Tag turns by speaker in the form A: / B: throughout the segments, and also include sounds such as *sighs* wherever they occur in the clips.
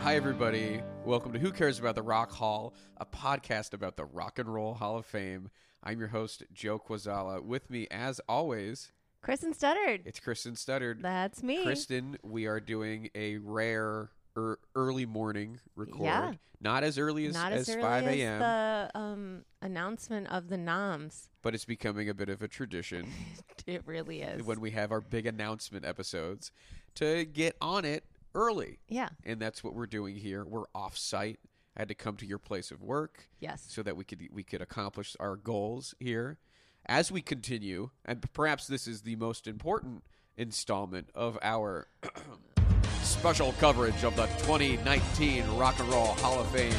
A: Hi, everybody. Welcome to Who Cares About the Rock Hall, a podcast about the Rock and Roll Hall of Fame. I'm your host, Joe Quazala. With me, as always,
B: Kristen stuttered.
A: it's Kristen Studdard.
B: That's me.
A: Kristen, we are doing a rare er, early morning record.
B: Yeah.
A: Not as early as,
B: Not as, early
A: 5 a.m.,
B: as the um, announcement of the noms. *laughs*
A: but it's becoming a bit of a tradition
B: It really is.
A: when we have our big announcement episodes to get on it early.
B: yeah.
A: And that's what we're doing here. We're off site. I had to come to your place of work.
B: Yes.
A: so that we could we could accomplish our goals here as we continue and perhaps this is the most important installment of our *clears throat* special coverage of the 2019 Rock and Roll Hall of Fame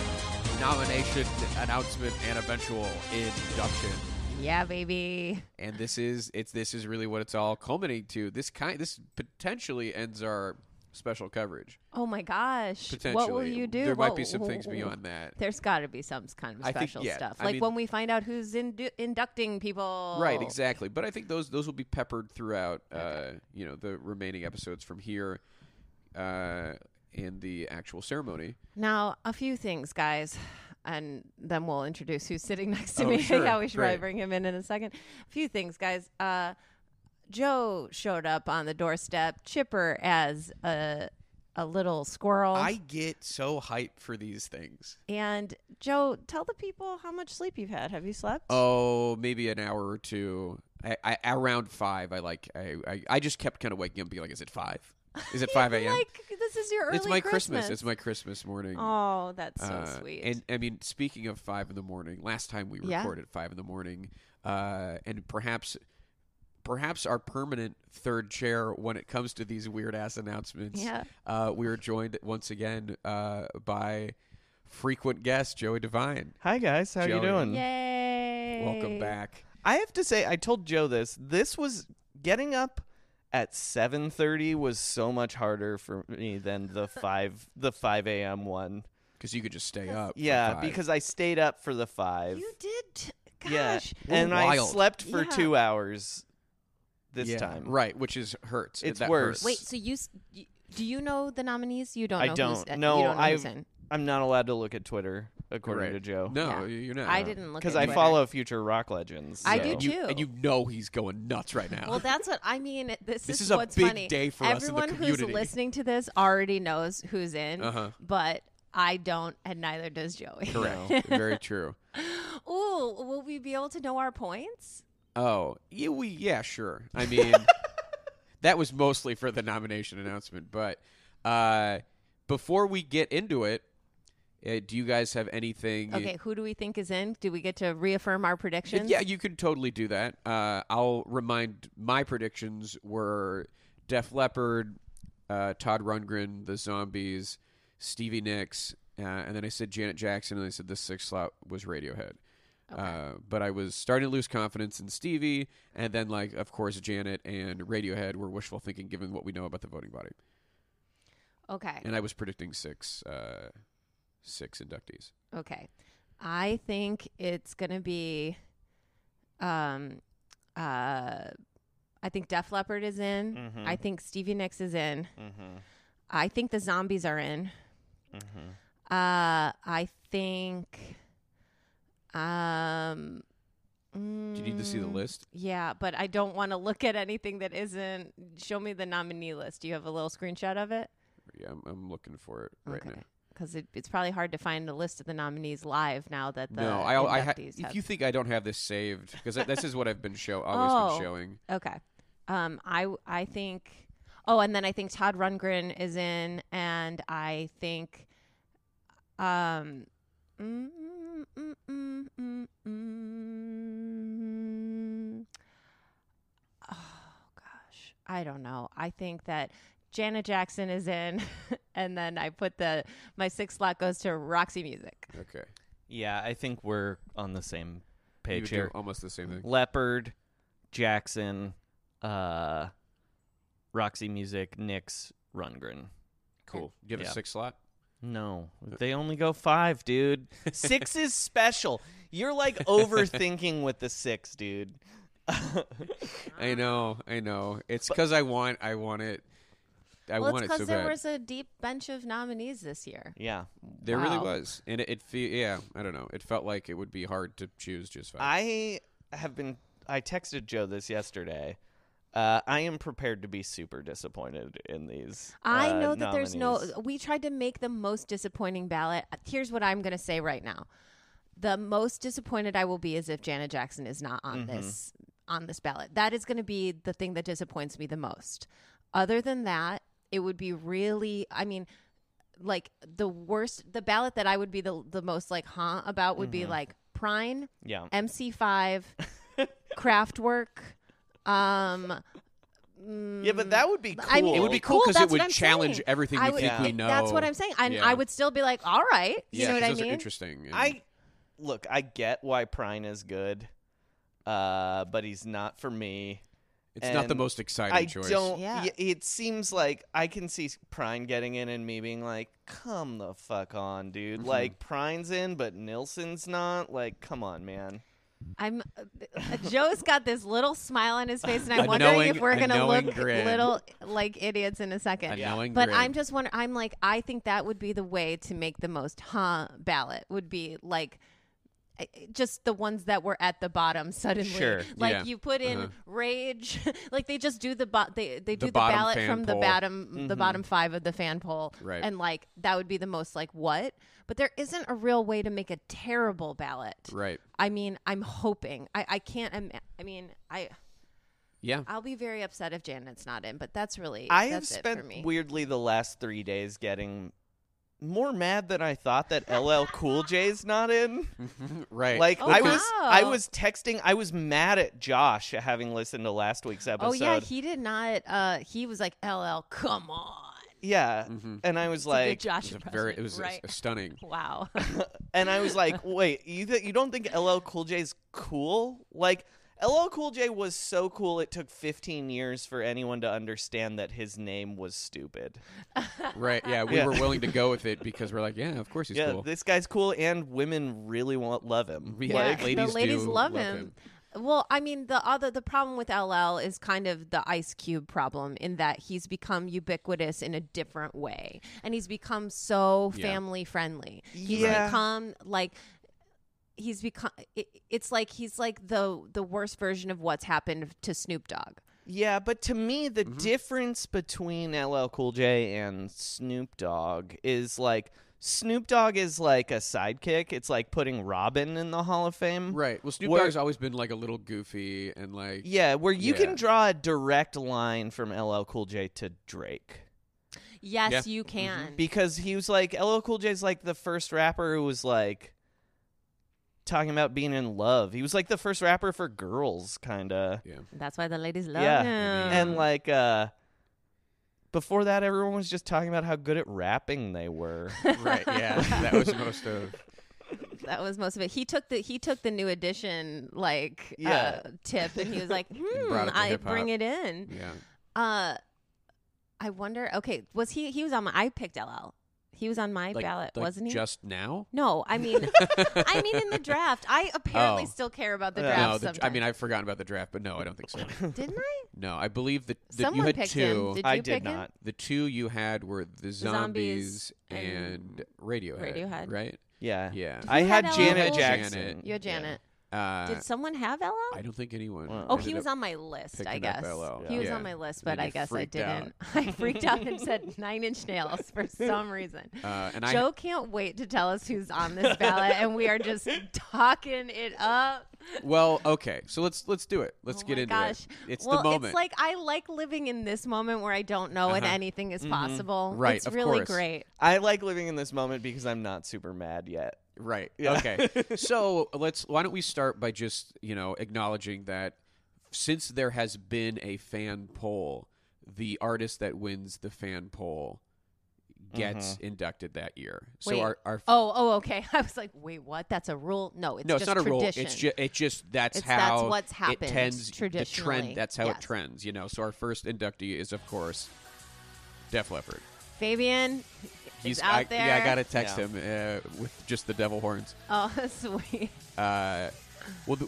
A: nomination announcement and eventual induction
B: yeah, baby.
A: and this is it's this is really what it's all culminating to this kind this potentially ends our special coverage
B: Oh my gosh.
A: potentially
B: What will you do?
A: there might
B: What-
A: be some things beyond that
B: There's got to be some kind of
A: I think-
B: special
A: yeah,
B: stuff.
A: I
B: Like
A: mean-
B: when we find out who's indu- inducting people.
A: Right, exactly. But I think those those will be peppered throughout, uh, you know, the remaining episodes from here, uh, in the actual ceremony.
B: Now, a few things, guys, and then we'll introduce who's sitting *laughs* next to
A: Oh,
B: me.
A: sure.
B: yeah, we should probably
A: Great.
B: bring him in in a second. A few things, guys. Uh, Joe showed up on the doorstep, chipper as a a little squirrel.
A: I get so hyped for these things.
B: and Joe, tell the people how much sleep you've had. Have you slept?
A: Oh, maybe an hour or two. I, I around five. I like. I I, I just kept kind of waking up, being like, "Is it five? Is
B: *laughs*
A: it five a.m.?
B: like this is your early
A: it's my
B: Christmas.
A: It's my Christmas morning.
B: Oh, that's so
A: Uh,
B: sweet.
A: And I mean, speaking of five in the morning, last time we
B: Yeah.
A: recorded at five in the morning, uh, and perhaps, perhaps our permanent third chair when it comes to these weird ass announcements.
B: Yeah.
A: Uh, we are joined once again uh, by frequent guest Joey Devine.
C: Hi guys, how
A: Joey.
C: you doing?
B: Yay.
A: Welcome back.
C: I have to say, I told Joe this. This was getting up at seven thirty was so much harder for me than
B: *laughs*
C: the five the five a.m. one.
A: Because you could just stay up. for
C: Yeah,
A: five.
C: because I stayed up for the five.
B: You did. t-
C: yeah,
B: Gosh.
C: and I
A: Wild.
C: slept for
B: Yeah.
C: two hours this
A: Yeah,
C: time.
A: right? Which is hurts.
C: It's
A: That
C: worse.
A: hurts.
B: Wait, so you s- y- do you know the nominees? You don't.
C: I
B: know Who's,
C: don't.
B: uh, you
C: No,
B: don't know
C: I-
B: who's in.
C: I'm not allowed to look at Twitter according
A: Right.
C: to Joe.
A: No,
B: Yeah.
A: you're not.
B: I didn't look
C: Because
B: at
C: I
B: Twitter.
C: follow future rock legends.
B: I
C: so-
B: do
A: And you,
B: too.
A: and you know he's going nuts right now.
B: Well, that's what I mean. it- This,
A: This
B: is,
A: is a
B: what's
A: big
B: funny.
A: day for us in the
B: Everyone
A: community.
B: who's listening to this already knows who's in,
A: Uh-huh.
B: but I don't, and neither does Joey.
A: correct. Very true.
B: *laughs* Ooh, will we be able to know our points?
A: Oh, yeah, we yeah, sure. I mean, that was mostly for the nomination announcement, but uh, before we get into it, uh, do you guys have anything?
B: Okay, who do we think is in? Do we get to reaffirm our
A: Uh,
B: predictions?
A: Yeah, you can totally do that. Uh, I'll remind my predictions were Def Leppard, uh, Todd Rundgren, The Zombies, Stevie Nicks, uh, and then I said Janet Jackson, and I said the sixth slot was Radiohead. Uh, but I was starting to lose confidence in Stevie, and then, like, of course, Janet and Radiohead were wishful thinking given what we know about the voting body.
B: Okay.
A: And I was predicting six, uh, six inductees.
B: Okay. I think it's going to be um uh I think Def Leppard is in.
A: Mm-hmm.
B: I think Stevie Nicks is in. I think the Zombies are in.
A: Mm-hmm.
B: Uh I think um
A: Do you need to see the
B: Mm,
A: list?
B: Yeah, but I don't want to look at anything that isn't. Show me the nominee list. Do you have a little screenshot of it?
A: Yeah, I'm, I'm looking for it right now.
B: Because it, it's probably hard to find the list of the nominees live now that the
A: no, I, I ha-
B: inductees
A: if
B: have.
A: you think I don't have this saved because this is what I've been
B: *laughs*
A: show always
B: Oh.
A: been showing.
B: okay. Um, I w- I think. Oh, and then I think Todd Rundgren is in, and I think. Um. *sighs* mm, mm, mm, mm, mm, mm. Oh gosh, I don't know. I think that Janet Jackson is in, *laughs* and then I put the my sixth slot goes to Roxy Music.
A: Okay,
C: Yeah, I think we're on the same
A: you
C: page
A: do
C: here.
A: almost the same thing.
C: Leopard, Jackson, uh, Roxy Music, Nix, Rundgren.
A: Cool. Do you have
C: Yeah.
A: a six slot?
C: No, they only go five, *laughs* dude. Six is special. You're like overthinking with the six, dude.
A: I know, I know. It's because I want, I want it. I
B: well,
A: want
B: it's
A: it so
B: there
A: bad.
B: was a deep bench of nominees this year.
C: yeah.
A: there really
B: wow.
A: was, and it, it fe- yeah, I don't know. It felt like it would be hard to choose just five.
C: I have been. I texted Joe this yesterday. Uh, I am prepared to be super disappointed in these.
B: I
C: uh,
B: know that there's no.
C: nominees.
B: We tried to make the most disappointing ballot. Uh, Here's what I'm going to say right now: the most disappointed I will be is if Janet Jackson is not on
C: Mm-hmm.
B: this on this ballot. That is going to be the thing that disappoints me the most. Other than that, it would be really. I mean, like the worst. The ballot that I would be the the most like huh about would be like Prine,
C: Mm-hmm. Yeah. *laughs*
B: MC5, Kraftwerk. Um,
C: Yeah, but that would be cool.
B: I mean,
A: It would be cool 'cause it
B: that's
A: would
B: what I'm
A: challenge
B: saying.
A: everything
B: I
A: we
B: would-
A: think we
B: it- That's what
A: know.
B: I'm saying, and
A: Yeah.
B: I would still be like, "All right," you
A: yeah,
B: know what
A: 'cause
B: I
A: those are
B: mean?
A: interesting. and-
C: I look. I get why Prine is good, uh, but he's not for me.
A: it's not the
C: and
A: most exciting
C: I
A: choice.
C: don't.
B: Yeah.
C: y- It seems like I can see Prine getting in and me being like, "Come the fuck on, dude!" Like Prine's in, but Nilsson's not. Like, come on, man.
B: I'm uh, Joe's got this little smile on his face, and
A: A
B: I'm wondering
A: knowing-
B: if we're
A: a
B: gonna
A: knowing
B: look
A: grin.
B: little like idiots in a second.
A: A knowing
B: but
A: grin.
B: I'm just wondering. I'm like, I think that would be the way to make the most huh ballot would be like. I- Just the ones that were at the bottom suddenly,
C: Sure.
B: like
A: Yeah.
B: you put in
A: Uh-huh.
B: rage, *laughs* like they just do the bo- they they do the,
A: bottom
B: ballot
A: fan
B: from the
A: poll. Mm-hmm.
B: bottom the bottom five of the fan poll,
A: Right.
B: And like that would be the most like what, but there isn't a real way to make a terrible ballot,
A: Right.
B: I mean, I'm hoping. I, I can't. Ima- I mean, I
A: Yeah.
B: I'll be very upset if Janet's not in, but that's really
C: I have
B: that's it for
C: spent
B: me.
C: weirdly the last three days getting more mad than I
B: *laughs*
C: thought that LL Cool J's not in.
A: Right.
C: Like
B: Oh,
C: I was,
B: wow.
C: I was texting. I was mad at Josh having listened to last week's episode.
B: oh yeah, he did not. Uh, he was like, "LL, come on."
C: Yeah.
A: Mm-hmm.
C: and I was
B: Like
C: like,
B: Josh,
A: it was a very. It was a-
B: right.
A: a stunning.
B: *laughs* wow.
C: and I was like, wait, you th- you don't think LL Cool J's cool? Like LL Cool J was so cool it took 15 years for anyone to understand that his name was stupid.
A: Right. Yeah, we
C: Yeah.
A: were willing to go with it because we're like, yeah, of course he's
C: yeah,
A: cool.
C: this guy's cool, and women really want love him.
A: Yeah,
C: Like,
A: ladies
B: the ladies
A: do
B: love, him. Well, I mean, the other the problem with LL is kind of the Ice Cube problem in that he's become ubiquitous in a different way, and he's become so
A: Yeah.
B: family friendly. He's
C: Yeah.
B: become like he's become. It, it's like he's like the the worst version of what's happened to Snoop Dogg.
C: Yeah, but to me, the
A: Mm-hmm.
C: difference between LL Cool J and Snoop Dogg is like Snoop Dogg is like a sidekick. It's like putting Robin in the Hall of Fame.
A: Right. Well, Snoop
C: Where-
A: Dogg's always been like a little goofy and like
C: Yeah, where you
A: Yeah.
C: can draw a direct line from LL Cool J to Drake.
B: Mm-hmm. Yes,
A: Yeah.
B: you can.
C: Because he was like, LL Cool J's like the first rapper who was like talking about being in love. He was like the first rapper for girls, kind of.
A: yeah.
B: That's why the ladies love
C: Yeah. Mm-hmm.
B: him.
C: And like uh before that everyone was just talking about how good at rapping they were.
A: *laughs* Right. Yeah. that was most of
B: That was most of it. He took the he took the new edition like
C: Yeah.
B: uh, tip, and he was like, "Hmm,
A: brought it to
B: I
A: hip-hop."
B: bring it in."
A: yeah.
B: Uh, I wonder. Okay, was he? He was on my. I picked LL. He was on my
A: Like,
B: ballot,
A: like
B: wasn't he?
A: Just now.
B: no,
A: *laughs*
B: I mean, I mean in the draft. I apparently
A: Oh.
B: still care about the
C: Yeah.
B: draft.
A: no, the, I
B: sometimes.
A: mean I've forgotten about the draft, but no, I don't think
B: *laughs*
A: so.
B: didn't I?
A: no, I believe that, that
B: Someone
A: you had
B: picked
A: two.
B: him. *laughs* Did you
C: I did
B: pick him?
C: not.
A: the two you had were the zombies,
B: Zombies
A: and, Radiohead.
B: Radiohead.
A: Right.
C: Yeah.
A: Yeah.
C: I
B: You
C: had,
B: had LL
C: Janet
B: Cool J.
C: Jackson.
B: You had Janet.
A: Uh,
B: Did someone have LL?
A: I don't think anyone.
C: Wow.
B: Oh,
A: ended
B: he was
A: up-
B: on my list, I
A: picking up
B: guess.
A: LL.
B: He was
A: Yeah.
B: on my list,
A: And then
B: but I
A: you
B: guess I
A: freaked out.
B: didn't. *laughs* I freaked out and said *laughs* Nine Inch Nails
A: *laughs*
B: for some reason.
A: Uh, and
B: Joe can't wait to tell us who's on this ballot, and we are just *laughs* talking it up.
A: I well, okay. So let's let's do it. Let's
B: Oh
A: get
B: my
A: into
B: gosh.
A: it. It's
B: well,
A: the moment.
B: It's like I like living in this moment where I don't know and
A: Uh-huh.
B: anything is possible.
A: Right,
B: It's
A: of
B: really
A: course.
B: great.
C: I like living in this moment because I'm not super mad yet.
A: Right.
C: Yeah. *laughs*
A: Okay. so let's. Why don't we start by just you know acknowledging that since there has been a fan poll, the artist that wins the fan poll gets
C: Mm-hmm.
A: inducted that year. So
B: Wait.
A: our our
B: Oh, oh, okay. *laughs* I was like, wait, what? That's a rule? No, it's
A: no,
B: just
A: it's not a
B: tradition.
A: rule. It's just it just that's
B: It's- that's
A: how
B: what's
A: it
B: happened
A: tends the
B: traditionally.
A: trend. That's how
B: Yes.
A: it trends. You know. So our first inductee is of course Def Leppard.
B: Fabian. *laughs*
A: He's
B: is out
A: I,
B: there.
A: yeah. I gotta text
C: Yeah.
A: him uh, with just the devil horns.
B: Oh, *laughs* sweet.
A: Uh, well, the,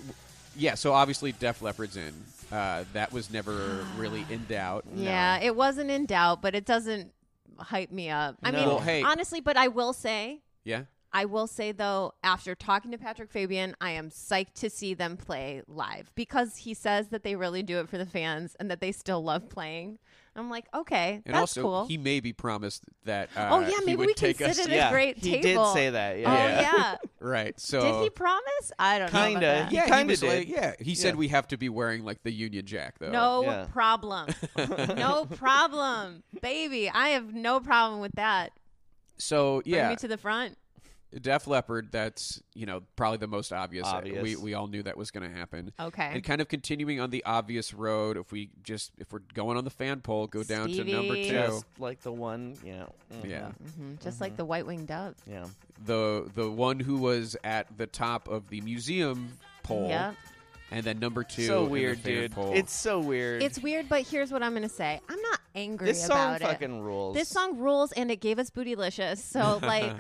A: yeah. So obviously, Def Leppard's in. Uh, that was never really in doubt.
B: Yeah, it wasn't in doubt, but it doesn't hype me up. I mean,
C: No. Well,
A: hey-
B: honestly, but I will say,
A: Yeah.
B: I will say though, after talking to Patrick Fabian, I am psyched to see them play live because he says that they really do it for the fans and that they still love playing. I'm like, okay,
A: And
B: that's
A: also,
B: cool.
A: he maybe promised that. Uh,
B: oh yeah,
A: he
B: maybe
A: would
B: we can
A: take
B: sit
A: us
B: at
A: to-
B: a
C: Yeah,
B: great
C: he did
B: table.
C: say that,
B: Oh
C: yeah.
B: yeah.
A: right. So
B: did he promise? I don't know. about
C: Kinda.
B: that.
C: He
A: Oh. yeah,
C: kinda
A: was like-
C: did.
A: yeah, he said
C: Yeah.
A: we have to be wearing like the Union Jack though.
B: No
C: Yeah.
B: problem. no problem, baby. I have no problem with that.
A: So
B: Bring
A: yeah,
B: me to the front.
A: Def Leppard. That's you know probably the most obvious. Uh,
C: Obvious.
A: We we all knew that was going to happen.
B: Okay.
A: And kind of continuing on the obvious road, if we just if we're going on the fan poll, go down to number
B: Stevie.
A: two.
C: Just like the one, yeah, mhm,
A: Yeah.
B: Mhm, Just like the white winged dove.
C: yeah.
A: the the one who was at the top of the museum poll,
B: Yep.
A: and then number two.
C: So
A: in the
C: weird,
A: fan
C: dude.
A: poll.
C: It's so weird.
B: It's weird, but here's what I'm gonna say. I'm not angry
C: this song
B: about
C: fucking
B: it.
C: rules.
B: This song rules, and it gave us bootylicious. So
C: *laughs*
B: like,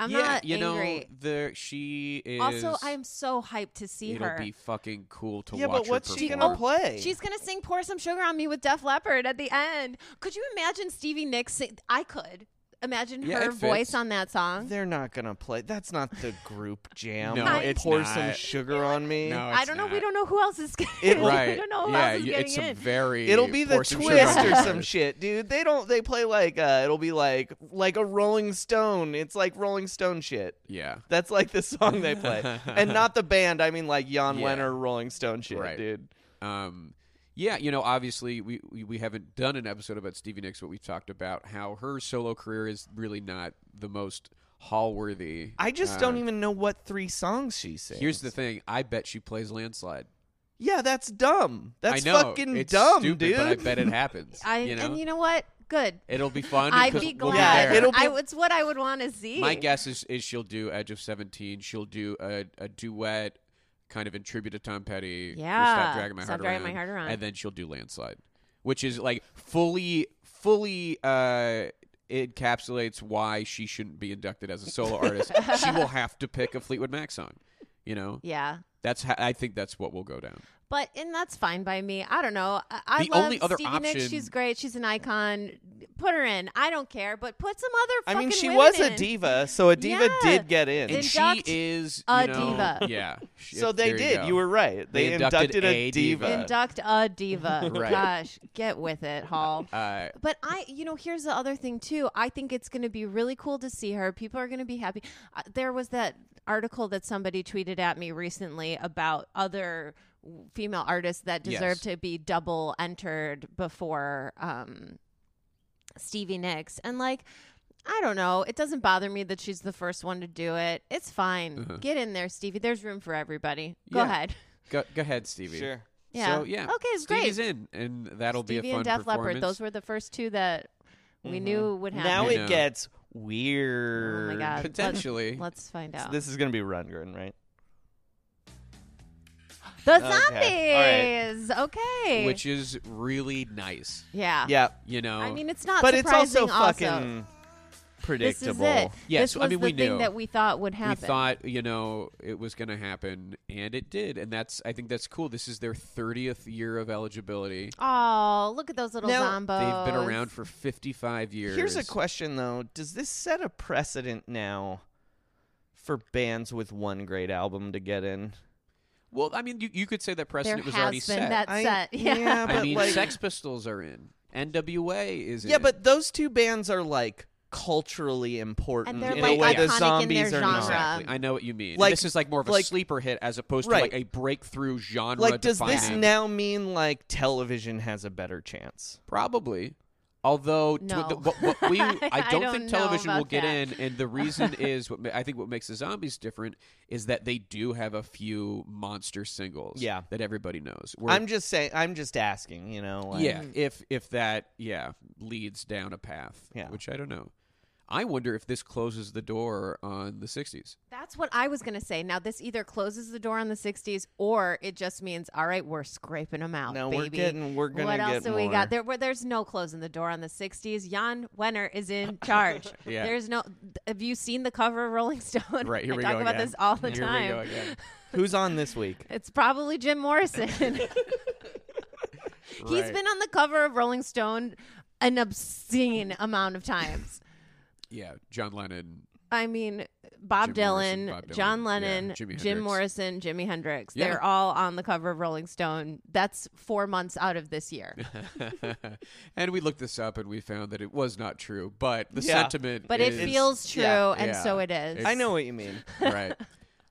B: I'm
A: yeah,
B: not
A: you
B: angry.
A: know, the she is.
B: also, I am so hyped to see
A: It'll
B: her.
A: be fucking cool to
C: Yeah,
A: watch.
C: but what's
A: her
C: she
A: perform.
C: gonna play?
B: She's gonna sing "Pour Some Sugar on Me" with Def Leppard at the end. Could you imagine Stevie Nicks? Sing- I could imagine
A: Yeah,
B: her
A: it fits.
B: voice on that song.
C: They're not gonna play. That's not the
A: *laughs*
C: group jam.
A: No,
C: Like,
A: it's
C: pour
A: not.
C: some sugar on me.
A: No,
B: I
A: it's
B: don't know. We
A: not.
B: don't know who else is.
C: It-
B: Getting,
A: Right?
B: *laughs* We don't know who
A: yeah,
B: else is
A: you-
B: getting
A: it's some
B: in.
A: very.
C: It'll be the
A: pour some sugar on
C: twist or
A: her.
C: some shit, dude. They don't. They play like uh, it'll be like like a Rolling Stone. It's like Rolling Stone shit.
A: Yeah,
C: That's like the song they play,
A: *laughs*
C: and not the band. I mean, like Jan
A: Yeah.
C: Wenner, Rolling Stone shit,
A: Right.
C: dude.
A: Um, yeah, you know, obviously we, we we haven't done an episode about Stevie Nicks, but we've talked about how her solo career is really not the most hall worthy.
C: I just don't even know what three songs she sings.
A: Uh, Here's the thing: I bet she plays Landslide.
C: Yeah, that's dumb. That's
A: I know,
C: fucking
A: it's
C: dumb,
A: stupid,
C: dude.
A: But I bet it happens.
B: *laughs* I,
A: you know?
B: And you know what? Good.
A: it'll be fun.
B: I'd
A: because
B: be
A: we'll
B: glad.
C: Yeah,
A: there.
C: it'll be-
B: I, it's what I would want to see.
A: My guess is, is she'll do Edge of Seventeen. She'll do a, a duet, kind of in tribute to Tom Petty. for
B: Yeah,
A: stop dragging my
B: Stop
A: heart
B: Dragging
A: around,
B: My Heart Around.
A: and then she'll do Landslide, which is like fully, fully. Uh, encapsulates why she shouldn't be inducted as a solo
B: *laughs*
A: artist. she will have to pick a Fleetwood Mac song. You know,
B: Yeah.
A: that's how, I think that's what will go down.
B: But and that's fine by me. I don't know. I, I
A: The
B: love
A: only other
B: Stevie Nicks.
A: option-
B: She's great. She's an icon. Put her in. I don't care. But put some other.
C: *laughs* I mean,
B: fucking
C: she
B: women
C: was a
B: in.
C: diva, so a diva
B: Yeah.
C: did get in.
A: And she
B: Induct
A: is
B: a
A: you know,
B: diva.
A: *laughs* Yeah. She-
C: so they
A: there
C: did.
A: go.
C: You, were right. They,
A: They inducted
C: a
A: a diva.
C: diva.
B: Induct a diva.
A: *laughs* Right.
B: Gosh, get with it, Hall.
A: Uh,
B: But I, you know, here's the other thing too. I think it's going to be really cool to see her. People are going to be happy. Uh, there was that article that somebody tweeted at me recently about other w- female artists that deserve
A: Yes.
B: to be double entered before um, Stevie Nicks, and like. I don't know. It doesn't bother me that she's the first one to do it. It's fine. Get in there, Stevie. There's room for everybody. Go
A: Uh-huh. Yeah.
B: ahead.
A: go, go ahead, Stevie.
C: Sure.
B: Yeah.
A: So yeah.
B: Okay, it's
A: Stevie's
B: great.
A: in, and that'll be
B: Stevie
A: a fun
B: and Def
A: performance.
B: Leppard. Those were the first two that we knew would happen.
C: Mm-hmm. Now
A: I
C: it
A: know.
C: gets weird.
B: Oh my god!
A: Potentially.
B: *laughs* Let's, let's find out.
C: This is gonna be Rundgren, right?
B: the
C: Okay.
B: zombies. Okay.
A: which is really nice.
B: yeah.
C: Yeah,
A: You know.
B: I mean, it's Ah. not.
C: but it's
B: surprising
C: also fucking
B: This is
C: predictable.
B: it.
A: Yeah,
B: This
A: so,
B: was
A: I mean,
B: the
A: we
B: thing
A: knew.
B: that we thought would
A: we
B: happen.
A: thought you know it was going to happen, and it did, and that's I think that's cool. This is their thirtieth year of eligibility.
B: oh, look at those little
C: Now-
B: zombos.
A: They've been around for fifty-five years.
C: Here's a question though: Does this set a precedent now for bands with one great album to get in?
A: Well, I mean, you, you could say that
B: There
A: precedent
B: has
A: was
B: been
A: already set.
B: that
C: I-
B: set. *laughs* Yeah.
C: yeah,
A: I
C: but
A: mean,
C: like-
A: Sex Pistols are in. NWA is in.
C: Yeah, but those two bands are like culturally important
B: they're,
C: in
A: like,
C: a way the
B: iconic in
C: zombies
B: their
C: are not.
B: genre.
A: Exactly. I know what you mean.
C: Like-
A: this is like more of a
C: like-
A: sleeper hit as opposed
C: Right.
A: to like a breakthrough genre.
C: Like, does this
A: defining-
C: now mean like television has a better chance?
A: Probably. Although tw-
B: No.
A: the- what, what
B: *laughs*
A: we, I don't,
B: I don't
A: think
B: know
A: television will
B: about
A: get
B: that.
A: in, and the
B: *laughs*
A: reason is what ma- I think what makes the zombies different is that they do have a few monster singles,
C: Yeah.
A: that everybody knows. Where-
C: I'm just saying. I'm just asking. You know. Like,
A: yeah,
B: Mm-hmm.
A: if if that yeah leads down a path,
C: Yeah.
A: which I don't know. I wonder if this closes the door on the '60s.
B: That's what I was going to say. Now, this either closes the door on the 60s or it just means, all right, we're scraping them out.
C: No,
B: baby.
C: we're getting- we're gonna
B: What else
C: get
B: do we got?
C: more.
B: There, where, there's no closing the door on the 60s. Jan Wenner is
A: *laughs*
B: in charge.
A: Yeah.
B: There's no. Have you seen the cover of Rolling Stone?
A: Right here
B: I
A: we
B: talk
A: go
B: about
A: again.
B: this all the
A: Here
B: time.
A: we go again.
C: *laughs* Who's on this week?
B: It's probably Jim
A: *laughs*
B: Morrison. *laughs* He's
A: Right.
B: been on the cover of Rolling Stone an obscene amount of times.
A: *laughs* Yeah, John Lennon.
B: I mean, Bob,
A: Jim
B: Dylan,
A: Morrison, Bob Dylan,
B: John
A: yeah,
B: Lennon,
A: Jimi
B: Jim
A: Hendrix.
B: Morrison, Jimi Hendrix.
A: Yeah.
B: They're all on the cover of Rolling Stone. That's four months out of
A: *laughs*
B: this year.
A: and we looked this up and we found that it was not true, but the
C: Yeah.
A: sentiment
B: But it
A: is-
B: feels true,
C: yeah,
B: and
A: yeah.
B: so it is.
C: I know what you mean.
A: *laughs* right.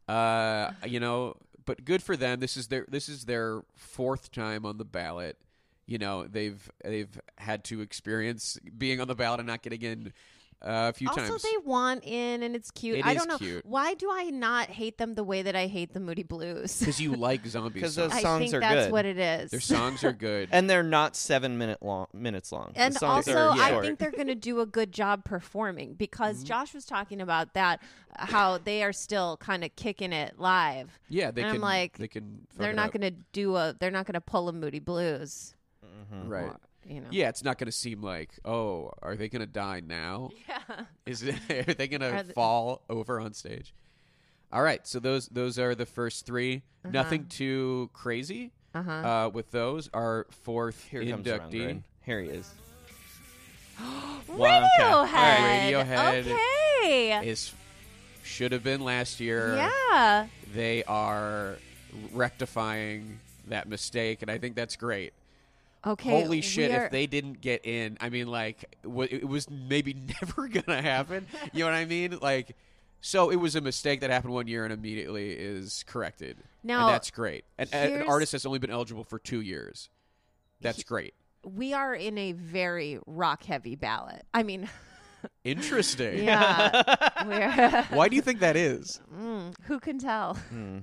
A: Uh, you know, but good for them. This is their this is their fourth time on the ballot. You know, they've they've had to experience being on the ballot and not getting in uh, a few
B: Also,
A: times. *laughs*
B: they want in, and it's cute.
A: It
B: I
A: is
B: don't know
A: cute.
B: why do I not hate them the way that I hate the Moody Blues.
A: Because you like zombies.
C: 'Cause
B: *laughs*
C: those
B: I
C: songs
B: think
C: are
B: that's
C: good.
B: what it is.
A: Their songs are
B: *laughs*
A: good.
C: And they're not seven minute long minutes long. The
B: And
C: songs
B: also,
C: are
B: I
C: short.
B: think they're going to do a good job performing
A: Mm-hmm.
B: because Josh was talking about that, how they are still kind of kicking it live.
A: yeah, they
B: And
A: can.
B: I'm like,
A: they can. fuck
B: they're
A: it
B: not
A: up.
B: going to do a. They're not going to pull a Moody Blues.
A: Right.
B: You know.
A: Yeah, it's not going to seem like, oh, are they going to die now?
B: *laughs* Yeah.
A: Is it, *laughs* are they going
B: Are
A: to
B: th-
A: fall over on stage? All right, so those those are the first 3
B: Uh-huh.
A: Nothing too crazy. Uh-huh. with those, our fourth
C: Here comes Ron
A: inductee,
C: Green. Here he
B: *gasps*
C: is. Wildcat. All
B: Radiohead.
A: Radiohead.
B: Okay.
A: is should have been last year.
B: Yeah.
A: they are rectifying that mistake, and I think that's great.
B: Okay.
A: Holy shit!
B: we are-
A: If they didn't get in, I mean, like, w- it was maybe *laughs* never gonna happen. You know what I mean? Like, so it was a mistake that happened one year and immediately is corrected.
B: Now,
A: and that's great. And, and an
B: here's-
A: artist that's only been eligible for two years. That's great.
B: we are in a very rock heavy ballot.
A: *laughs*
B: I mean, *laughs*
A: Interesting.
B: yeah. we're, hmm,
A: Why do you think that is?
B: Who can tell? *laughs*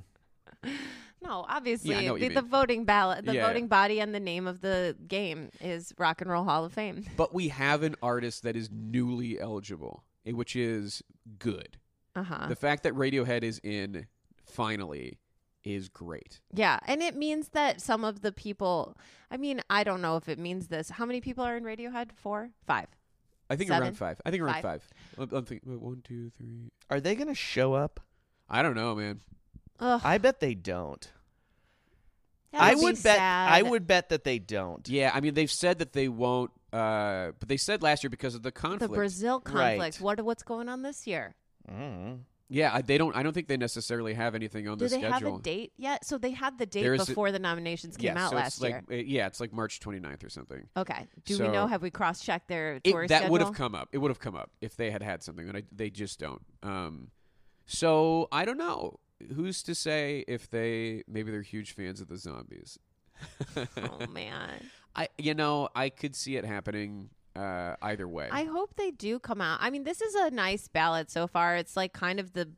B: No, obviously,
A: Hmm. Yeah, I know what
B: the,
A: you
B: the
A: mean.
B: voting ballot, the
A: Yeah, yeah.
B: voting body, and the name of the game is Rock and Roll Hall of Fame.
A: But we have an artist that is newly eligible, eh, which is good.
B: Uh huh.
A: The fact that Radiohead is in finally is great.
B: Yeah, and it means that some of the people. I mean, I don't know if it means this. How many people are in Radiohead? Four, five.
A: I think
B: Seven?
A: around five. I think around
B: Five?
A: five. I'm, I'm thinking one, two, three.
C: Are they going to show up?
A: I don't know, man.
B: Ugh,
C: I bet they don't.
B: that
C: I
B: be
C: would bet. I
B: sad.
C: would bet that they don't.
A: Yeah, I mean they've said that they won't, uh, but they said last year because of the
B: The
A: conflict.
B: Brazil
C: Right.
B: conflict. What what's going on this year?
C: Mm.
A: yeah, I, they don't. I don't think they necessarily have anything on
B: Do
A: the
B: they
A: schedule.
B: have a date yet? So they had the date
A: There is a-
B: before the nominations
A: Yeah,
B: came out
A: so
B: last
A: it's like
B: year.
A: uh, yeah, it's like March 29th or something.
B: Okay. Do we
A: So-
B: know? Have we cross checked their
A: It-
B: tour
A: that would have
B: schedule?
A: come up. It would have come up if they had had something that I, they just don't. Um, so I don't know. Who's to say if they maybe they're huge fans of the zombies? *laughs*
B: Oh man.
A: I you know I could see it happening uh, either way.
B: I hope they do come out. I mean, this is a nice ballot so far. It's like kind of the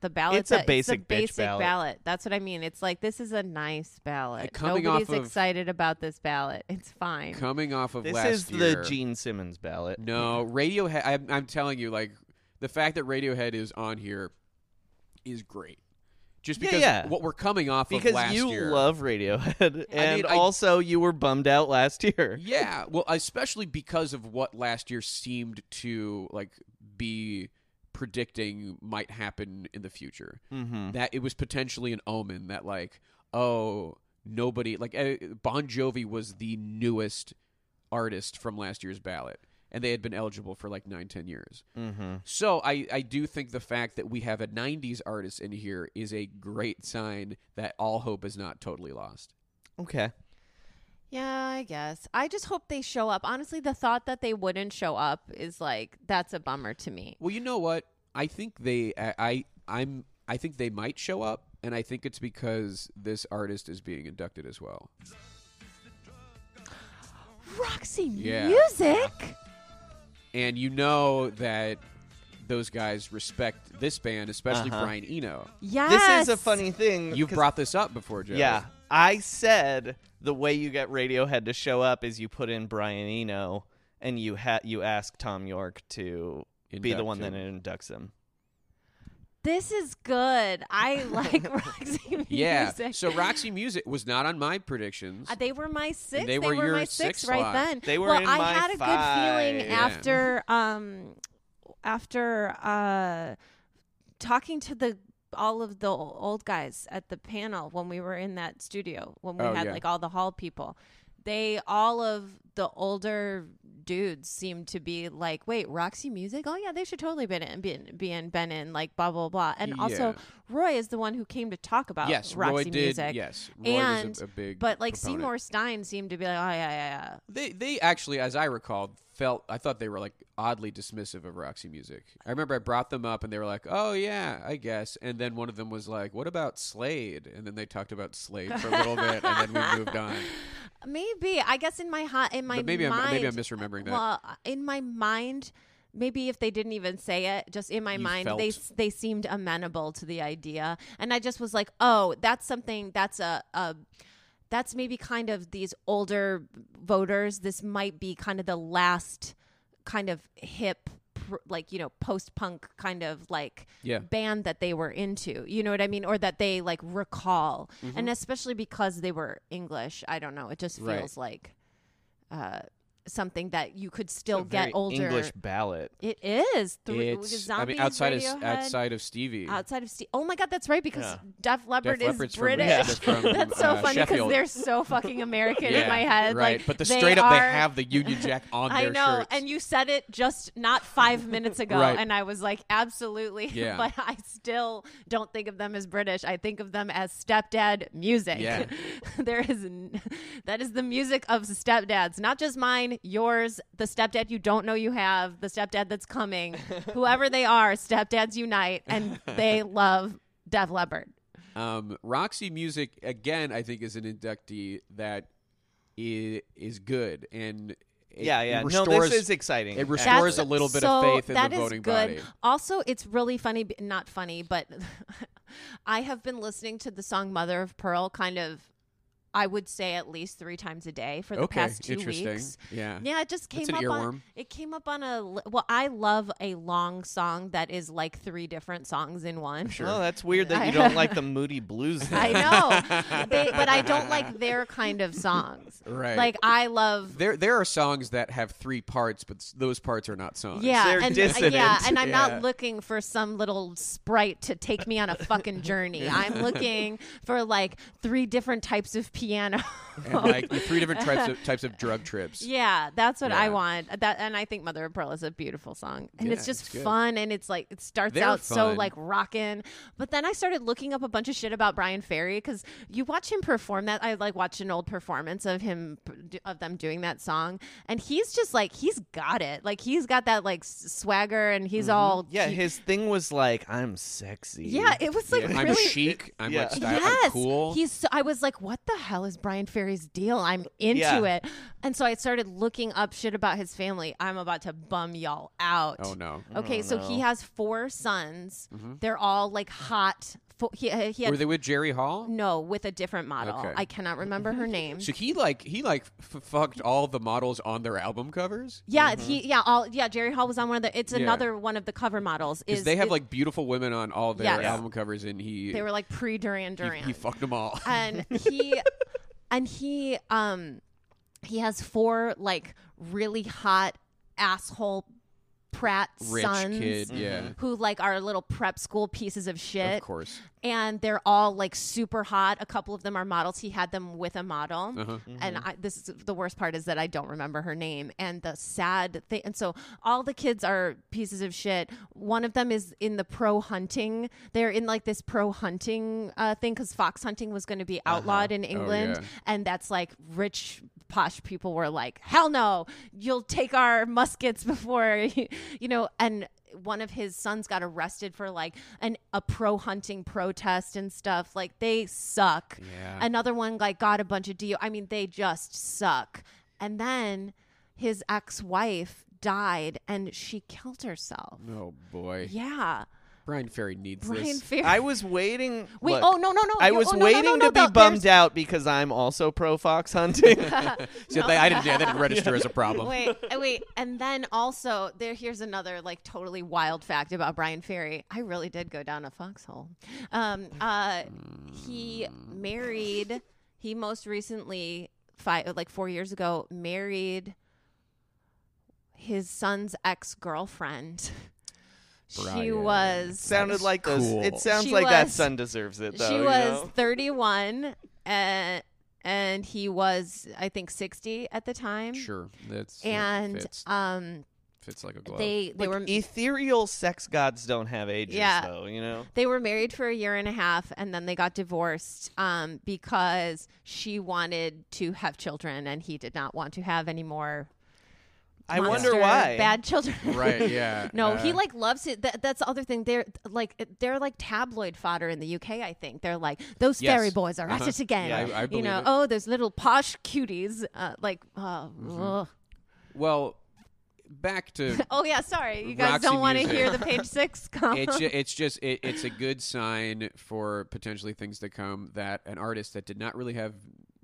B: the ballot.
C: It's a
B: that-
C: basic bitch
B: basic
C: ballot.
B: That's what I mean. It's like this is a nice ballot.
A: Uh, coming off
B: Nobody's
A: of-
B: excited about this ballot. It's fine.
A: Coming off of
C: This
A: last
C: is
A: year,
C: the Gene Simmons ballot.
A: No, Radiohead. I'm, I'm telling you, like the fact that Radiohead is on here is great. Just
C: Yeah,
A: because
C: yeah.
A: what we're coming off of
C: Because
A: last
C: you
A: year.
C: love Radiohead, and
A: *laughs* I-
C: also you were bummed out last year.
A: yeah, well, especially because of what last year seemed to like be predicting might happen in the future.
C: Mm-hmm.
A: That it was potentially an omen that like, oh, nobody like eh, Bon Jovi was the newest artist from last year's ballot. and they had been eligible for like nine, ten years.
C: Mm-hmm.
A: So I, I do think the fact that we have a 90s artist in here is a great sign that all hope is not totally lost.
C: Okay.
B: Yeah, I guess. I just hope they show up. Honestly, the thought that they wouldn't show up is like that's a bummer to me.
A: Well, you know what? I think they I, I am I think they might show up and I think it's because this artist is being inducted as well.
B: Roxy
A: Yeah.
B: Music.
A: And you know that those guys respect this band, especially
C: Uh-huh.
A: Brian Eno.
B: Yes.
C: This is a funny thing.
A: You've
C: 'cause-
A: brought this up before, Joe.
C: Yeah.
B: *laughs*
C: I said the way you get Radiohead to show up is you put in Brian Eno and you ha- you ask Tom York to be the
A: Induct
C: one that
A: him.
C: inducts him.
B: This is good. *laughs* I like Roxy Music.
A: Yeah. So Roxy Music was not on my predictions.
B: Uh, They were my six.
A: they were your
B: my
A: sixth
B: six right
A: slot.
B: then.
C: They were
B: well,
C: in
B: I
C: my
B: had a good
C: five.
B: feeling
C: Yeah.
B: after um after uh talking to the all of the old guys at the panel when we were in that studio when we
A: Oh,
B: had
A: yeah.
B: like all the hall people. They all of the older dudes seemed to be like, wait, Roxy Music? Oh yeah, they should totally been in, be in, be in Ben in like blah blah blah. And also,
A: Yeah.
B: Roy is the one who came to talk about
A: yes,
B: uh, Roxy
A: Roy did.
B: Music.
A: Yes, Roy
B: and
A: was a, a big.
B: but like
A: proponent.
B: Seymour Stein seemed to be like, oh yeah, yeah, yeah.
A: They they actually, as I recall, felt I thought they were like oddly dismissive of Roxy Music. I remember I brought them up and they were like, "Oh yeah, I guess." And then one of them was like, "What about Slade?" And then they talked about Slade for a little bit, and then
B: *laughs*
A: we moved on.
B: Maybe I guess in my hot in my
A: But maybe
B: mind,
A: I'm maybe I'm misremembering that.
B: Well, in my mind, maybe if they didn't even say it, just in my
A: You
B: mind,
A: felt.
B: they they seemed amenable to the idea, and I just was like, oh, that's something. That's a a. That's maybe kind of these older voters. This might be kind of the last kind of hip, pr- like, you know, post punk kind of like
A: Yeah.
B: band that they were into. You know what I mean? Or that they like recall. And especially because they were English, I don't know. It just
A: Mm-hmm. Right.
B: feels like uh, something that you could still
C: A very
B: get older.
C: English ballot.
B: It is. Three,
A: it's I
B: zombies,
A: mean outside of
B: Radiohead,
A: outside of Stevie.
B: outside of Steve. Oh my God, that's right. Because
C: Yeah.
B: Def Leppard
A: Def
B: is
A: Leppard's from-
B: British.
C: Yeah.
A: they're from,
B: *laughs* that's so
A: uh,
B: funny because
A: Sheffield.
B: they're so fucking American
A: yeah,
B: in my head.
A: right?
B: Like,
A: but the
B: they
A: straight up, they
B: are-
A: have the
B: *laughs*
A: Union Jack on
B: I
A: their
B: know,
A: shirts.
B: and you said it just not five minutes ago,
A: Right.
B: and I was like, absolutely. *laughs*
A: Yeah.
B: but I still don't think of them as British. I think of them as stepdad music.
A: Yeah.
B: *laughs* there is n- that is the music of stepdads, not just mine, yours, the stepdad you don't know you have, the stepdad
A: *laughs*
B: that's coming, whoever they are. Stepdads unite, and
A: *laughs*
B: they love Dev Leppard.
A: Um, Roxy Music again, I think, is an inductee that is, is good and it,
C: yeah, yeah.
A: It
C: no,
A: restores,
C: this is exciting.
A: it restores
B: That's
A: a little bit
B: so-
A: of faith in
B: that
A: the
B: is
A: voting
B: good.
A: body.
B: Also, it's really funny, b- not funny, but *laughs* I have been listening to the song Mother of Pearl kind of, I would say at least three times a day for the
A: okay,
B: past two
A: interesting.
B: weeks.
A: Yeah,
B: Yeah, it just came
A: That's an
B: up
A: earworm.
B: on it came up on a li- well I love a long song that is like three different songs in one.
A: Sure.
C: Oh, that's weird that
B: I-
C: you don't like the Moody Blues.
B: *laughs* I
C: then.
B: know. They, but I don't
A: *laughs*
B: like their kind of songs.
A: Right.
B: Like I love
A: There, there are songs that have three parts, but s- those parts are not songs.
B: Yeah,
C: They're
B: and uh,
C: dissonant.
B: yeah, and I'm
A: Yeah.
B: not looking for some little sprite to take me on a
A: *laughs*
B: fucking journey. I'm looking for like three different types of piano. *laughs*
A: and like the three different types of types of drug trips.
B: yeah, that's what I
A: Yeah.
B: want. That and I think Mother of Pearl is a beautiful song, and it's
A: Yeah,
B: just
A: it's good.
B: fun, and it's like it starts
A: They're
B: out so
A: fun.
B: like rockin'. But then I started looking up a bunch of shit about Brian Ferry because you watch him perform that. I like watched an old performance of him of them doing that song, and he's just like he's got it. Like he's got that like s- swagger, and he's
A: Mm-hmm.
B: all
C: yeah,
B: he-
C: his thing was like, I'm sexy.
B: Yeah, it was like
A: Mm. I'm
B: really.
A: chic. I'm
C: Yeah.
A: like style. I'm
B: yes,
A: cool.
B: he's. So, I was like, "What the hell is Brian Ferry's deal?" I'm into
C: Yeah.
B: it, and so I started looking up shit about his family. I'm about to bum y'all out.
A: oh no. Mm-hmm.
B: Okay,
C: Oh,
B: so he
C: no.
B: has four sons. They're all like hot. Fo- he uh, he had
A: Were they with Jerry Hall?
B: no with a different model.
A: Okay.
B: I cannot remember her name.
A: So he like he like f- fucked all the models on their album covers.
B: yeah, he yeah all yeah. Jerry Hall was on one of the. It's
A: Mm-hmm. Yeah.
B: another one of the cover models.
A: Because
B: Is
A: they have
B: it-
A: like beautiful women on all their
B: Yes.
A: album covers, and he
B: they were like pre Duran
A: he,
B: Duran.
A: he fucked them all.
B: and he and he um he has four like really hot asshole
A: *laughs*
B: Pratt's
A: rich
B: sons
A: kid. Yeah,
B: who like are little prep school pieces of shit.
A: of course.
B: And they're all like super hot. A couple of them are models. He had them with a model.
A: Uh-huh.
B: And
A: Mm-hmm.
B: I, this is the worst part is that I don't remember her name. And the sad thing. And so all the kids are pieces of shit. One of them is in the pro hunting. They're in like this pro hunting uh, thing because fox hunting was going to be outlawed in England.
A: Uh-huh. Oh, yeah.
B: And that's like rich posh people were like, hell no, you'll take our muskets *laughs* before, you you know, and one of his sons got arrested for like an a pro hunting protest and stuff. Like they suck. Another one like got a bunch of DU. I mean, they just suck. And then his ex-wife died and she killed herself.
A: Oh boy,
B: Yeah.
A: Brian Ferry needs
B: Brian
A: this.
B: *laughs* Ferry.
C: I was waiting.
B: Wait,
C: look,
B: oh, no, no, no.
C: I
B: You-
C: was
B: oh, no, no,
C: waiting
B: no, no,
C: to be
B: no,
C: bummed
B: there's-
C: out because I'm also pro fox *laughs* hunting.
A: See, I- I didn't. I didn't register
B: *laughs*
A: as a problem. *laughs*
B: Wait, uh, wait, and then also there. Here's another like totally wild fact about Brian Ferry. I really did go down a foxhole. Um, uh, he married. He most recently, five like four years ago, married his son's ex girlfriend. She
A: Brian.
B: was
C: sounded like those.
A: cool.
C: It sounds
B: She
C: like that
B: was-
C: son deserves it though.
B: she
C: you
B: was
C: know?
B: 31, and and he was I think 60 at the time.
A: Sure, that's that
B: And
A: fits,
B: um,
A: fits like a glove.
B: they they were
C: Ethereal sex gods don't have ages
B: Yeah.
C: though. You know.
B: They were married for a year and a half, and then they got divorced um, because she wanted to have children, and he did not want to have any more.
C: I
B: monster
C: wonder why.
B: bad children. *laughs*
A: Right, yeah,
B: no, he
A: uh,
B: like loves it. That, that's the other thing. They're like they're like tabloid fodder in the UK. I think they're like those
A: Yes.
B: fairy boys
A: *laughs*
B: are at
A: Uh-huh.
B: it again.
A: Yeah, I- I
B: you
A: believe
B: know,
A: it.
B: oh, those little posh cuties. Uh, like, oh,
A: Mm-hmm.
B: ugh.
A: well, back to
B: *laughs* oh yeah. Sorry, you guys
A: Roxy
B: don't want to
A: music. *laughs*
B: hear the page six.
A: it's ju- it's just it, it's a good sign for potentially things to come that an artist that did not really have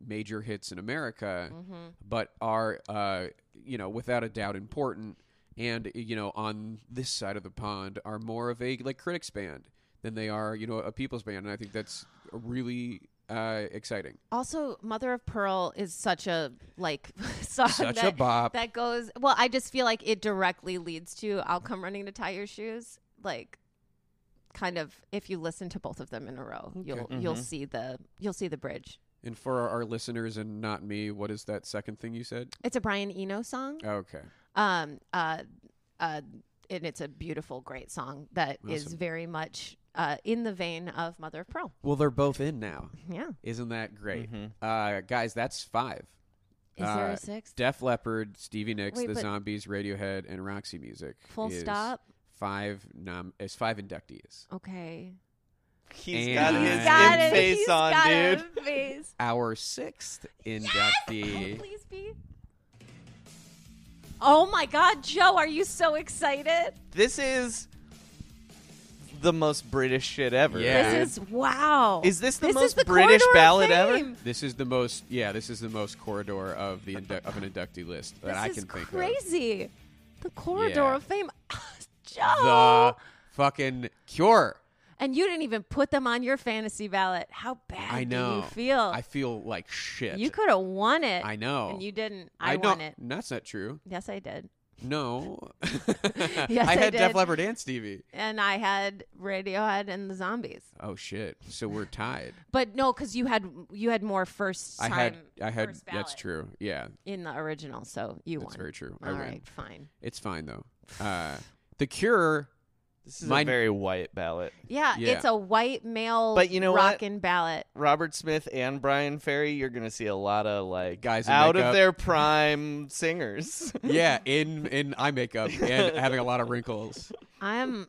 A: major hits in America
B: Mm-hmm.
A: but are uh, you know without a doubt important and you know on this side of the pond are more of a like critics band than they are you know a people's band and I think that's really uh, exciting.
B: Also, Mother of Pearl is such a like *laughs* song
A: Such a
B: that,
A: bop.
B: that goes well. I just feel like it directly leads to "I'll come running to tie your shoes." Like, kind of, if you listen to both of them in a row, you'll
A: Mm-hmm.
B: you'll see the you'll see the bridge.
A: And for our listeners and not me, what is that second thing you said?
B: It's a Brian Eno song.
A: Okay.
B: Um, uh, uh, and it's a beautiful, great song that is very much uh, in the vein of Mother of Pearl.
A: Well, they're both in now.
B: Yeah.
A: Isn't that great? Uh, guys, that's five.
B: Is there
A: Uh,
B: a sixth?
A: Def Leppard, Stevie Nicks,
B: Wait,
A: The
B: but-
A: Zombies, Radiohead, and Roxy Music.
B: Full
A: is
B: stop?
A: Five nom- is five inductees.
B: okay.
C: He's
A: And-
C: got
A: He's
C: his
A: got
C: in
A: it.
C: face
B: He's
C: on,
B: got
C: dude.
B: a face.
A: Our sixth inductee.
B: Please be. Oh my God, Joe, are you so excited?
C: This is the most British shit ever.
A: Yeah.
C: right?
B: This is wow.
C: Is this the
B: is
C: most British
B: corridor of
C: ballad ever?
B: fame.
A: This is the most. Yeah, this is the most corridor of the indu- of an inductee list that
B: This
A: I
B: is
A: can think
B: crazy. The corridor
A: Yeah.
B: of fame, *laughs*
A: of.
B: Joe.
A: The fucking Cure.
B: And you didn't even put them on your fantasy ballot. How bad
A: I
B: do
A: know.
B: you feel?
A: I feel like shit.
B: you could have won it.
A: I know.
B: And you didn't. I,
A: know-
B: won it.
A: That's not true.
B: Yes, I did.
A: No.
C: *laughs*
A: *laughs*
B: I
A: I had Def
B: did.
A: Leppard and Stevie.
B: And I had Radiohead and the Zombies.
A: Oh shit! So we're tied.
B: But no, because you had you had more first
A: I
B: time.
A: had. I had.
B: first
A: That's
B: ballot.
A: true. Yeah,
B: in the original, so you won.
A: that's very true. I
B: All
A: win.
B: right, fine.
A: It's fine though. Uh, the Cure.
C: This is a
A: Mine-
C: very white ballot.
B: Yeah,
A: Yeah.
B: it's a white male,
C: But you know what?
B: rockin' ballot.
C: Robert Smith and Brian Ferry, you're gonna see a lot of like
A: Guys in
C: out
A: makeup.
C: of their prime singers. *laughs*
A: Yeah, in in eye makeup and having a lot of wrinkles.
B: I'm.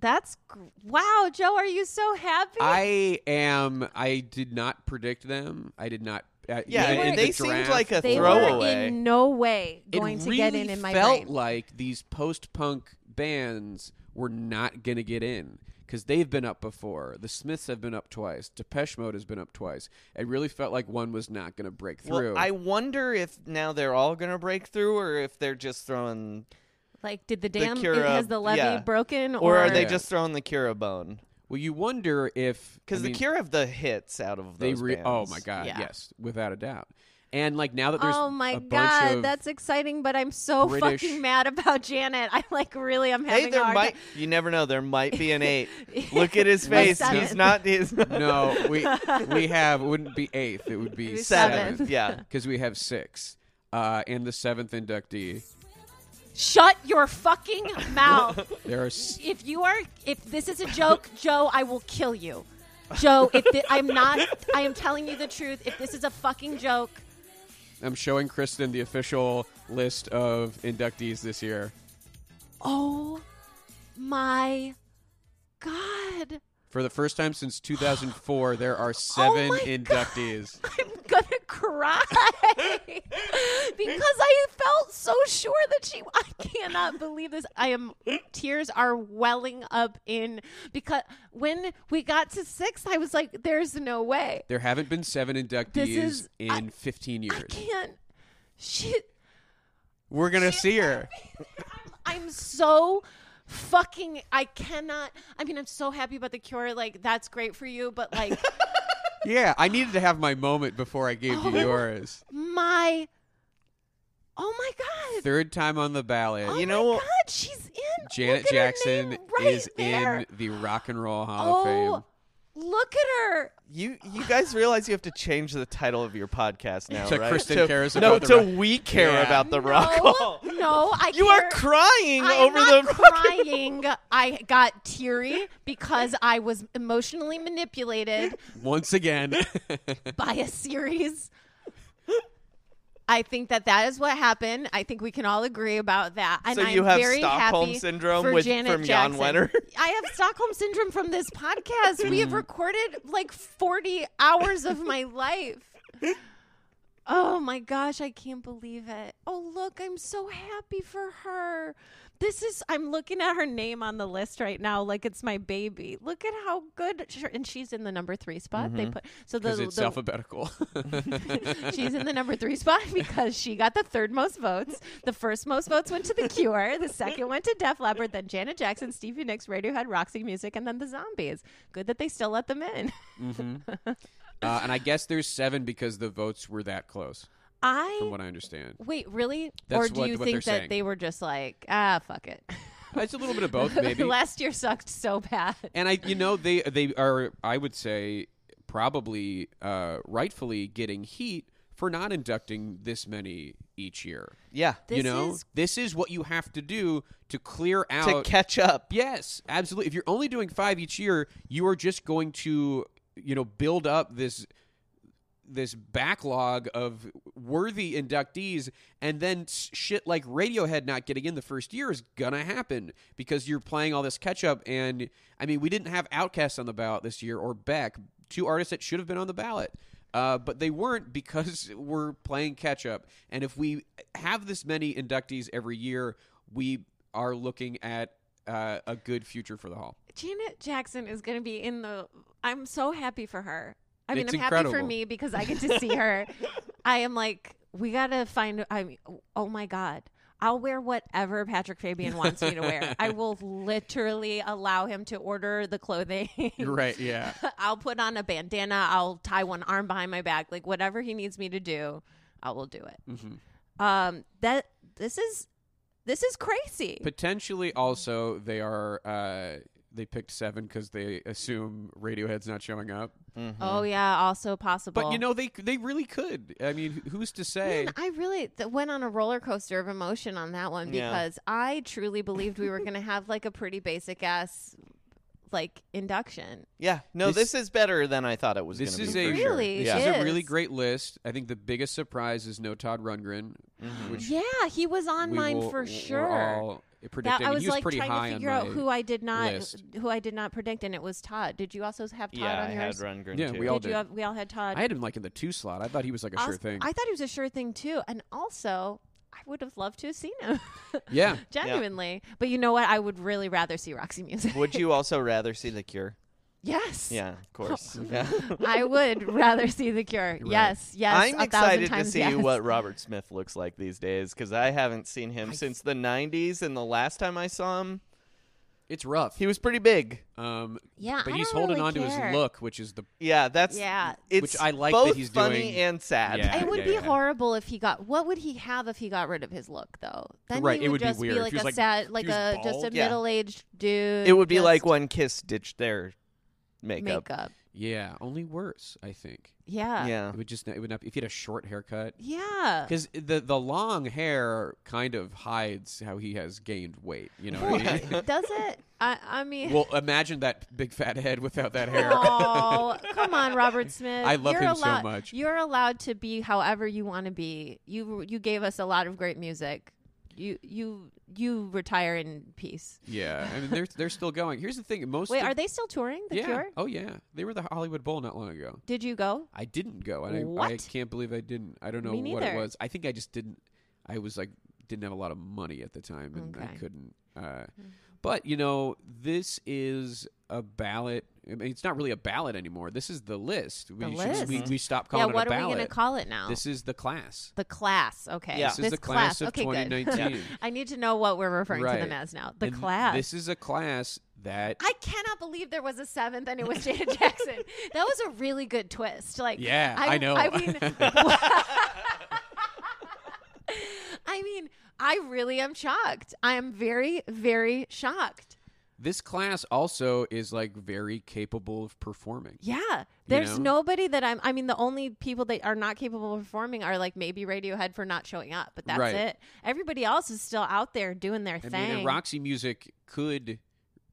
B: That's gr- wow, Joe. Are you so happy?
A: I am. I did not predict them. I did not. Uh,
C: yeah,
A: even
B: were-
A: in
C: and
A: the
C: they seemed
A: draft,
C: like a
B: they were
C: throwaway.
B: in no way
A: it
B: going
A: really
B: to get in in my
A: felt
B: brain.
A: like these post-punk bands were not gonna get in because they've been up before. The Smiths have been up twice. Depeche Mode has been up twice. It really felt like one was not gonna break through.
C: well, I wonder if now they're all gonna break through, or if they're just throwing,
B: Like, did the
C: The
B: dam
C: Cure,
B: has
C: uh,
B: the levee
C: yeah.
B: broken,
C: or
B: or,
C: are they
A: Yeah.
C: just throwing the Cure a bone?
A: Well, you wonder if I
C: Because
A: mean,
C: the Cure have the hits out of
A: they
C: those
A: re-
C: bands.
A: oh my god
B: Yeah.
A: yes without a doubt And like now that there's
D: Oh my
A: a bunch
D: god,
A: of-
D: that's exciting! But I'm so
A: British-
D: fucking mad about
B: *laughs*
D: Janet. I like really, I'm having
C: hey,
D: a
C: there
D: hard
C: might
D: time.
C: you never know. There might be
B: *laughs*
C: an eight. Look at his
D: Like
C: face. He's
D: seven.
C: not. He's *laughs*
A: no,
B: *laughs*
A: we we have it wouldn't be eighth, it would be
D: It'd be
C: seven.
A: seventh. *laughs*
D: seven.
C: Yeah.
A: because we have six, uh, and the seventh inductee.
B: Shut
A: *laughs*
B: your fucking mouth.
A: There are s-
B: if you are if this is a joke joe i will kill you joe if thi- i'm not i am telling you the truth if this is a fucking joke
A: I'm showing Kristen the official list of inductees this year
B: oh my god
A: for the first time since 2004. There
B: *gasps*
A: are seven
B: Oh my
A: inductees.
B: i'm gonna cry *laughs* because i felt so sure that she i cannot believe this i am tears are welling up in because when we got to six i was like there's no way
A: There haven't been seven inductees
B: is-
A: in
B: I-
A: 15
B: i
A: years.
B: can't shit
A: We're gonna see her.
B: *laughs* I'm so fucking I cannot I mean I'm so happy about the cure like that's great for you but
C: *laughs*
B: like
A: Yeah, I needed to have my moment before I gave
B: Oh.
A: you yours.
B: my Oh my god.
A: Third time on the ballot.
B: Oh
C: You
B: my
C: know what-
B: god, she's in
A: Janet
B: Look at her
A: Jackson
B: name right
A: is
B: there.
A: in the Rock and Roll Hall of Fame.
B: Oh, look at her.
C: You you guys realize you have to change the title of your podcast now,
A: To
C: right?
A: Kristen cares
C: no,
A: about the
C: to
A: Rock-
C: we care
A: Yeah.
C: about the
B: no,
C: rock hall.
B: No, I
C: *laughs* You are
B: care-
C: crying
B: I'm
C: over
B: not
C: the
B: crying. I got teary because I was emotionally manipulated
A: Once
B: *laughs*
A: again,
B: by a series. I think that that is what happened. I think we can all agree about that. And
C: So
B: I'm
C: you have
B: very
C: Stockholm
B: happy
C: syndrome
B: for
C: with-
B: Janet
C: from Jan
B: Jackson.
C: Wenner?
B: *laughs*
C: Mm.
B: I have Stockholm syndrome from this podcast. we have recorded like 40 hours of my life. Oh my gosh, I can't believe it. Oh, look, I'm so happy for her. This is, I'm looking at her name on the list right now like it's my baby. Look at how good, she, and she's in the number three spot. They
C: Mm-hmm.
B: put, so the,
A: because it's
B: the-
A: alphabetical. *laughs*
B: she's in the number three spot *laughs* because she got the third most votes. The first most votes went to The Cure. The second went to Def Leppard. Then Janet Jackson, Stevie Nicks, Radiohead, Roxy Music, and then the Zombies. Good that they still let them in. *laughs*
A: uh, and I guess there's seven because the votes were that close, from
B: I
A: what I understand.
B: wait, really?
A: That's
B: or do
A: what-
B: you
A: what
B: think
A: they're
B: that
A: saying.
B: they were just like, ah, fuck it? *laughs*
A: It's a little bit of both, maybe.
B: Last year sucked so bad.
A: and I, you know, they they are, I would say, probably uh, rightfully getting heat for not inducting this many each year.
C: *laughs* Yeah.
A: you
B: This
A: know,
B: is-
A: this is what you have to do to clear
C: To
A: out
C: catch up.
A: Yes, absolutely. If you're only doing five each year, you are just going to, you know, build up this this backlog of worthy inductees, and then s- shit like Radiohead not getting in the first year is gonna happen because you're playing all this catch up. And I mean, we didn't have Outkast on the ballot this year or Beck, two artists that should have been on the ballot. Uh, but they weren't *laughs* because we're playing catch up. And if we have this many inductees every year, we are looking at uh, a good future for the hall.
B: Janet Jackson is going to be in the. I'm so happy for her. I mean,
A: It's
B: I'm happy for
A: incredible.
B: me because I get to
A: *laughs*
B: see her. I am like, we gotta find. I mean, oh my god, I'll wear whatever Patrick Fabian wants me to wear.
A: *laughs*
B: I will literally allow him to order the clothing.
A: You're right. Yeah.
B: *laughs* I'll put on a bandana. I'll tie one arm behind my back. Like whatever he needs me to do, I will do it.
A: Mm-hmm.
B: Um, that this is this is crazy.
A: Potentially, also they are uh, they picked seven because they assume Radiohead's not showing up.
B: oh yeah, also possible.
A: But you know they they really could. I mean, wh- who's to say?
B: Man, I really th- went on a roller coaster of emotion on that one
C: Yeah.
B: because I truly believed we were going to have like a pretty basic ass like
A: *laughs*
B: induction.
C: Yeah. No,
A: This-
C: this, is better than I thought it was
A: This
C: gonna
A: is
C: be.
A: a
C: for
B: Really?
C: sure.
A: this
C: Yeah.
A: is a really
B: is.
A: great list. I think the biggest surprise is no Todd Rundgren,
C: Mm-hmm.
A: which
B: Yeah, he was on
A: we
B: mine
A: will-
B: for
A: we're
B: sure.
A: all predicting.
B: That I
A: And
B: was,
A: he was
B: like
A: pretty
B: trying
A: high
B: to
A: on
B: figure out
A: my-
B: who I did not
A: list.
B: who I did not predict, and it was Todd. Did you also have Todd
C: Yeah, I
B: on
C: had
B: yours?
C: Rundgren
A: Yeah,
C: too.
A: we all
B: did
A: did.
B: you have? We all had Todd.
A: I had him like in the two slot. I thought he was like a sure
B: Also-
A: thing.
B: I thought he was a sure thing too, and also I would have loved to have seen him. *laughs*
A: yeah.
B: genuinely. But you know what? I would really rather see Roxy Music.
C: *laughs* Would you also rather see The Cure?
B: *laughs* yes.
C: Yeah,
B: *laughs*
C: of course. Yeah.
B: I would
A: *laughs*
B: rather see The Cure. Yes, yes.
C: I'm
B: a thousand
C: excited to
B: times
C: see
B: yes.
C: what Robert Smith looks like these days because I haven't seen him since the 90s, and the last time I saw him
A: It's rough.
C: He was pretty big.
A: Um,
B: Yeah,
A: but
B: I
A: he's
B: don't
A: holding
B: really
A: on to
B: care.
A: his look, which is the
C: Yeah, that's
B: Yeah.
C: It's
A: Which I like that
C: both
A: he's
C: funny
A: doing-
C: and sad.
A: Yeah.
B: It would be
A: yeah.
B: horrible if he got. What would he have if he got rid of his look, though? Then
A: Right,
B: he
A: it would be
B: just
A: weird. If
B: like
A: he
B: a
A: was, like-
B: sad,
A: if
B: like
A: he was
B: a just a
A: bald.
C: Yeah.
B: middle-aged dude.
C: It would be like
B: just
C: when Kiss ditched their makeup.
B: makeup.
A: yeah, only worse. I think
B: Yeah.
C: Yeah.
A: it would just it would not be, if he had a short haircut
B: Yeah. *laughs*
A: because the the long hair kind of hides how he has gained weight. You know, what I mean?
B: Well, does it? I, I mean,
A: well, imagine that big fat head without that hair.
B: oh, come on,
A: *laughs*
B: Robert Smith.
A: I love
B: You're
A: him so
B: allowed-
A: much.
B: You're allowed to be however you want to be. You you gave us a lot of great music. You you you retire in peace.
A: yeah, I mean they're they're still going. Here's the thing: most
B: Wait,
A: of-
B: are they still touring? The
A: yeah,
B: Cure?
A: oh yeah, they were at the Hollywood Bowl not long ago.
B: Did you go?
A: I didn't go, and I, I
B: What?
A: can't believe I didn't. I don't know
B: Me
A: what it
B: neither.
A: was. I think I just didn't. I was like didn't have a lot of money at the time, and I
B: Okay. Hmm.
A: couldn't. Uh, but you know, this is a ballot. I mean, it's not really a ballot anymore. This is the list. We,
B: The
A: should- we,
B: list.
A: we stopped
B: yeah.
A: calling
B: What
A: it a
B: are we
A: ballot.
B: gonna call it now?
A: This is the class.
B: the class. Okay.
C: Yeah.
A: This is the class of
B: okay, good.
A: 2019.
B: *laughs* I need to know what we're referring to
A: Right.
B: them as now. The
A: And
B: class.
A: This is a class that.
B: I cannot believe there was a seventh and it
A: *laughs*
B: was Janet Jackson. That was a really good twist. Like,
A: Yeah, I know. *laughs*
B: I mean, *laughs* I mean, I really am shocked. I am very, very shocked.
A: this class also is like very capable of performing.
B: Yeah, there's
A: know?
B: nobody that I'm. I mean, the only people that are not capable of performing are like maybe Radiohead for not showing up, but that's
A: Right.
B: it. Everybody else is still out there doing their
A: I mean,
B: thing.
A: and Roxy Music could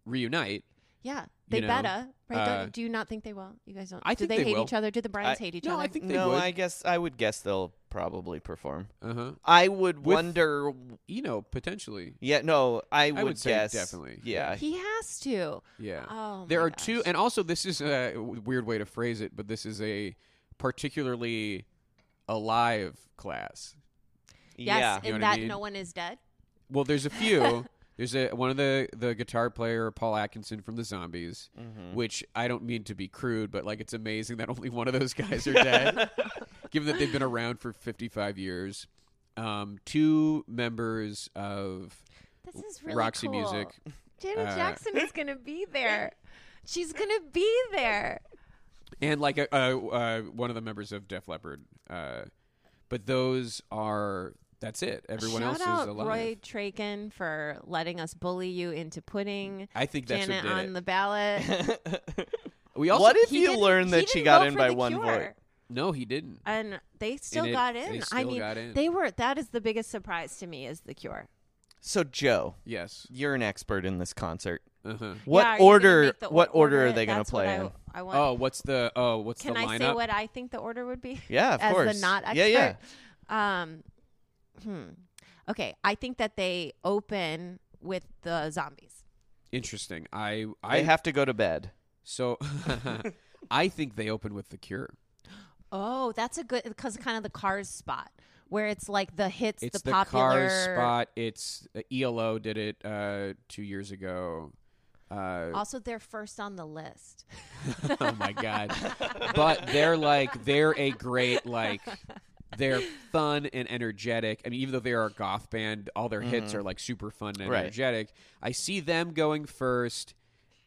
A: reunite.
B: yeah, they
A: you know,
B: better. Right?
A: uh,
B: Don't- do you not think they will? You guys don't.
A: I
B: do
A: think
B: they,
A: they
B: hate
A: will.
B: each other? Do the Bryans
C: I-
B: hate each
A: no,
B: other?
A: I think they
C: no,
A: would.
C: I guess I would guess they'll probably perform.
A: Uh huh.
C: I would
A: With-
C: wonder.
A: You know, potentially.
C: Yeah, no, I would,
A: would say
C: guess
A: definitely.
C: Yeah,
B: he has to.
A: Yeah.
B: Oh,
A: there
B: my
A: are two,
B: gosh.
A: and also this is a w- weird way to phrase it, but this is a particularly alive class.
B: Yes,
C: yeah.
B: and
A: You know what I
B: that
A: mean?
B: no one is dead.
A: Well, there's a
B: *laughs*
A: few. there's a one of the the guitar player Paul Atkinson from the Zombies, which I don't mean to be crude, but like it's amazing that only one of those guys are dead, given that they've been around for 55 years. Um, two members of
B: This is really
A: Roxy
B: cool.
A: Music.
B: Janet
A: Uh,
B: Jackson is
A: *laughs*
B: gonna be there. She's gonna be there.
A: and like a, uh uh one of the members of Def Leppard. Uh, but those are that's it. Everyone
B: Shout
A: else
B: out
A: is alive.
B: Roy Traken for letting us bully you into putting
A: I think that's
B: Janet
A: what did
B: on
A: it.
B: the
C: *laughs*
B: ballot.
A: we also
C: what if
B: He
C: you
B: didn't-
C: learn
B: he
C: that she
B: didn't
C: got
B: vote
C: in
B: for
C: by
B: The
C: one
B: Cure.
C: vote?
A: no, he didn't.
B: and they still
A: And it-
B: got
A: they
B: in. I
A: still
B: mean,
A: got in.
B: they were. That is the biggest surprise to me is the Cure.
C: So Joe,
A: Yes.
C: you're an expert in this concert.
A: Uh-huh.
C: What
B: Yeah, are you gonna
C: order?
B: make the
C: What order are
B: it?
C: they going to
B: That's what
C: play
B: I-
C: in?
B: I want.
A: Oh, what's the oh what's
B: Can
A: the
B: I
A: lineup?
B: say what I think the order would be?
C: *laughs* Yeah, of
B: as
C: course.
B: the not expert.
C: Yeah, yeah.
B: Um, hmm. Okay, I think that they open with the zombies.
A: Interesting. I I
C: I have to go
B: *laughs*
C: to bed.
A: so *laughs* I think they open with the Cure.
B: Oh, that's a good because kind of the Cars spot where it's like the hits,
A: It's
B: the
A: the,
B: popular
A: Cars spot. It's uh, ELO did it uh, two years ago. Uh,
B: Also, they're first on the list.
A: *laughs* oh my god! but they're like they're a great like they're fun and energetic. I mean, even though they are a goth band, all their hits are like super fun and
C: Right.
A: energetic. I see them going first,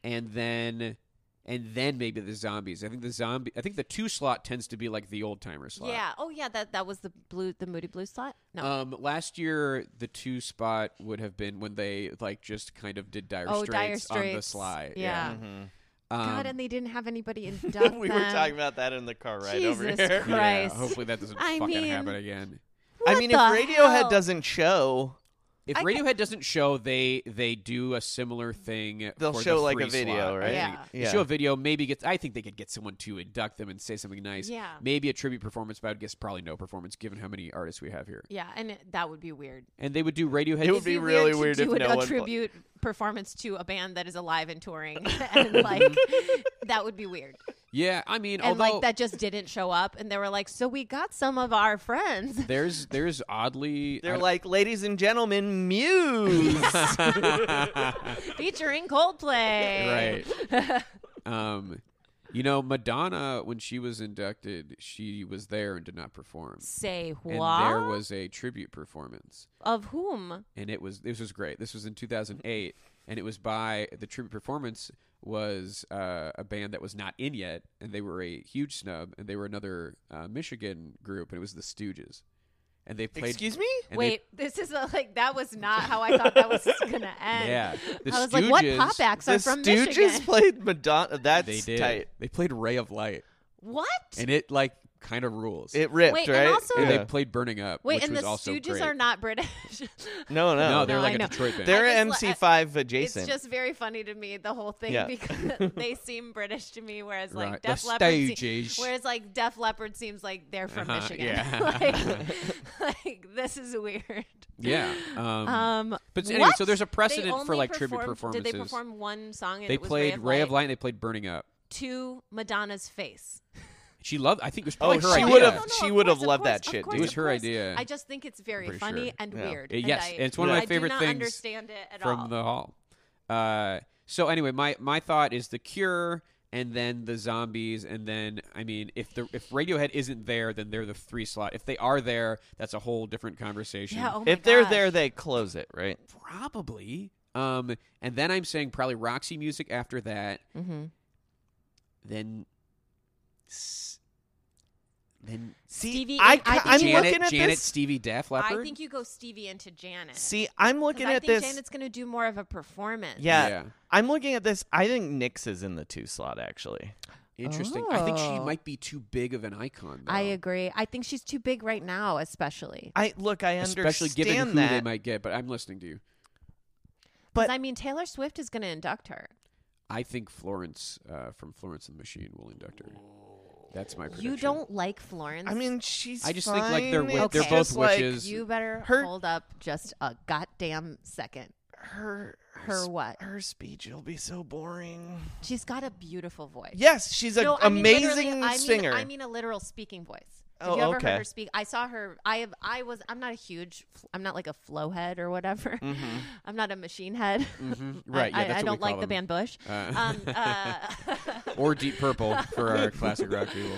A: and then and then maybe the zombies. I think the zombie. I think the two slot tends to be like the old timer slot.
B: Yeah. Oh, yeah. That that was the blue, the Moody Blue slot. No.
A: Um, last year, the two spot would have been when they like just kind of did Dire,
B: oh,
A: Straits,
B: Dire
A: on the
B: Straits.
A: sly.
B: Yeah.
A: Um,
B: God, and they didn't have anybody in.
C: *laughs* we were talking about that in the car ride over
B: Uh-huh. Jesus
C: here. *laughs*
B: Christ.
A: yeah, hopefully that doesn't
B: *laughs* I
A: fucking
B: mean-
A: happen again.
C: I
B: What
C: mean,
B: the
C: if Radiohead
B: hell?
C: doesn't show,
A: If
B: I
A: Radiohead doesn't show, they they do a similar thing.
C: They'll
A: for the
C: show, like, a
A: free
C: video,
A: slot, I
C: right?
A: think.
B: Yeah.
A: They
C: Yeah.
A: show a video. Maybe get. I think they could get someone to induct them and say something nice.
B: Yeah.
A: Maybe a tribute performance, but I would guess probably no performance, given how many artists we have here.
B: Yeah, and it, that would be weird.
A: And they would do Radiohead.
C: It would
B: It'd
C: be really weird
B: to
C: if
B: do
C: no
B: a,
C: one pla-
B: tribute performance to a band that is alive and touring, *laughs* and like that would be weird.
A: yeah, I mean,
B: And
A: although
B: like that just didn't show up, and they were like, "So we got some of our friends."
A: there's there's oddly I
C: *laughs* they're
A: don't-
C: like, "Ladies and
B: *laughs*
C: gentlemen, Muse."
B: featuring Coldplay.
A: right.
C: *laughs*
A: um, you know, Madonna when she was inducted, she was there and did not perform.
B: Say
A: And
B: what?
A: there was a tribute performance.
B: of whom?
A: and it was this was great. This was in 2008, and it was by the tribute performance was uh, a band that was not in yet, and they were a huge snub, and they were another uh, Michigan group, and it was the Stooges, and they played.
C: Excuse me?
A: and they-
B: Wait, this is a, like that was not how I thought that
A: *laughs*
B: was gonna end.
A: yeah, the
B: I was like, what
A: Stooges-
B: pop acts
C: The
B: are from
C: Stooges
B: Michigan?
C: played Madonna. That's
A: They did.
C: tight.
A: They played Ray of Light,
B: What?
A: and it like kind of rules.
C: It ripped,
B: Wait, and
C: right?
B: also-
A: and
C: yeah.
A: they played Burning Up,
B: Wait,
A: which
B: and the
A: was also
B: Stooges
A: great.
B: are
A: *laughs*
B: not British. *laughs*
C: no, no,
A: No, they're
B: No,
A: like
B: I
A: a
B: know.
A: Detroit band.
C: they're
B: I just-
C: MC5
B: it's
C: adjacent.
B: just very funny to me the whole thing
C: Yeah.
A: *laughs*
B: because *laughs* they seem British to me, whereas like
A: Right. The
B: Def Leppard, se-
A: Stooges.
B: whereas like Def Leppard seems like they're from
A: Uh-huh,
B: Michigan.
A: yeah.
B: *laughs*
A: *laughs*
B: like, like this is weird.
A: yeah. Um,
B: Um,
A: but anyway,
B: what?
A: so there's a
B: They
A: precedent for
B: only
A: like tribute
B: performed-
A: performances.
B: Did they perform one song? And
A: They
B: it was
A: played
B: Ray of, Light
A: and they played Burning Up.
B: to Madonna's face.
A: She loved. I think it was probably
C: Oh,
A: her
C: she
A: idea.
C: would've-
B: No, no,
C: she
B: of
C: would've
B: course, of
C: loved that
B: course, of
C: shit,
B: course,
C: dude.
A: It was
B: of
A: her
B: course.
A: idea.
B: I just think it's very
A: pretty
B: funny
A: sure.
B: and
C: Yeah.
B: weird.
A: Uh, yes,
B: I,
A: and it's one of
B: I
A: my favorite
B: do not
A: things
B: understand it at
A: from
B: all.
A: the hall. Uh, so anyway, my my thought is the Cure, and then the Zombies, and then I mean, if the if Radiohead isn't there, then they're the three slot. If they are there, that's a whole different conversation.
B: yeah, oh my
C: if they're
B: gosh.
C: there, they close it, right?
A: probably. Um, and then I'm saying probably Roxy music after that.
E: Mm-hmm.
A: Then. s- Then
C: See,
B: Stevie
C: I,
B: and- I
C: ca-
B: think
C: I'm
A: Janet,
C: looking at
A: Janet,
C: this.
A: Stevie, Def Leppard.
B: I think you go Stevie into Janet.
C: See, I'm
B: 'Cause
C: looking
B: I
C: at
B: think
C: this.
B: Janet's going to do more of a performance.
C: yeah,
A: Yeah.
C: I'm looking at this. I think Nyx is in the two slot actually.
A: Interesting. I think she
E: Oh.
A: might be too big of an icon. Though.
E: I agree. I think she's too big right now, especially.
C: I look, I understand
A: Especially given who
C: that,
A: they might get, but I'm listening to you.
B: 'Cause
C: but
B: I mean, Taylor Swift is going to induct her.
A: I think Florence uh, from Florence and the Machine will induct her. That's my prediction.
B: You don't like Florence.
C: I mean, she's.
A: I just think, like, they're
C: fine.
A: wi-
C: It's
B: they're both
C: just, like,
A: witches.
E: you better
C: her-
E: hold up just a goddamn second.
C: her,
E: Her what?
C: Her speech will be so boring.
B: she's got a beautiful voice.
C: Yes, she's an
B: No, I mean literally-
C: amazing
B: I mean-
C: singer.
B: I mean a literal speaking voice. Have
C: Oh,
B: you ever
C: okay.
B: heard her speak? I saw her. I have. I was. I'm not a huge. fl- I'm not like a flow head or whatever. *laughs* I'm not a machine head.
A: Mhm. Mm-hmm. Right, yeah,
B: *laughs* I,
A: that's
B: I,
A: what we
B: don't like
A: call
B: the
A: them.
B: band Bush.
A: Uh,
B: Um, uh, *laughs*
A: or Deep Purple for
C: *laughs*
A: our classic rock people.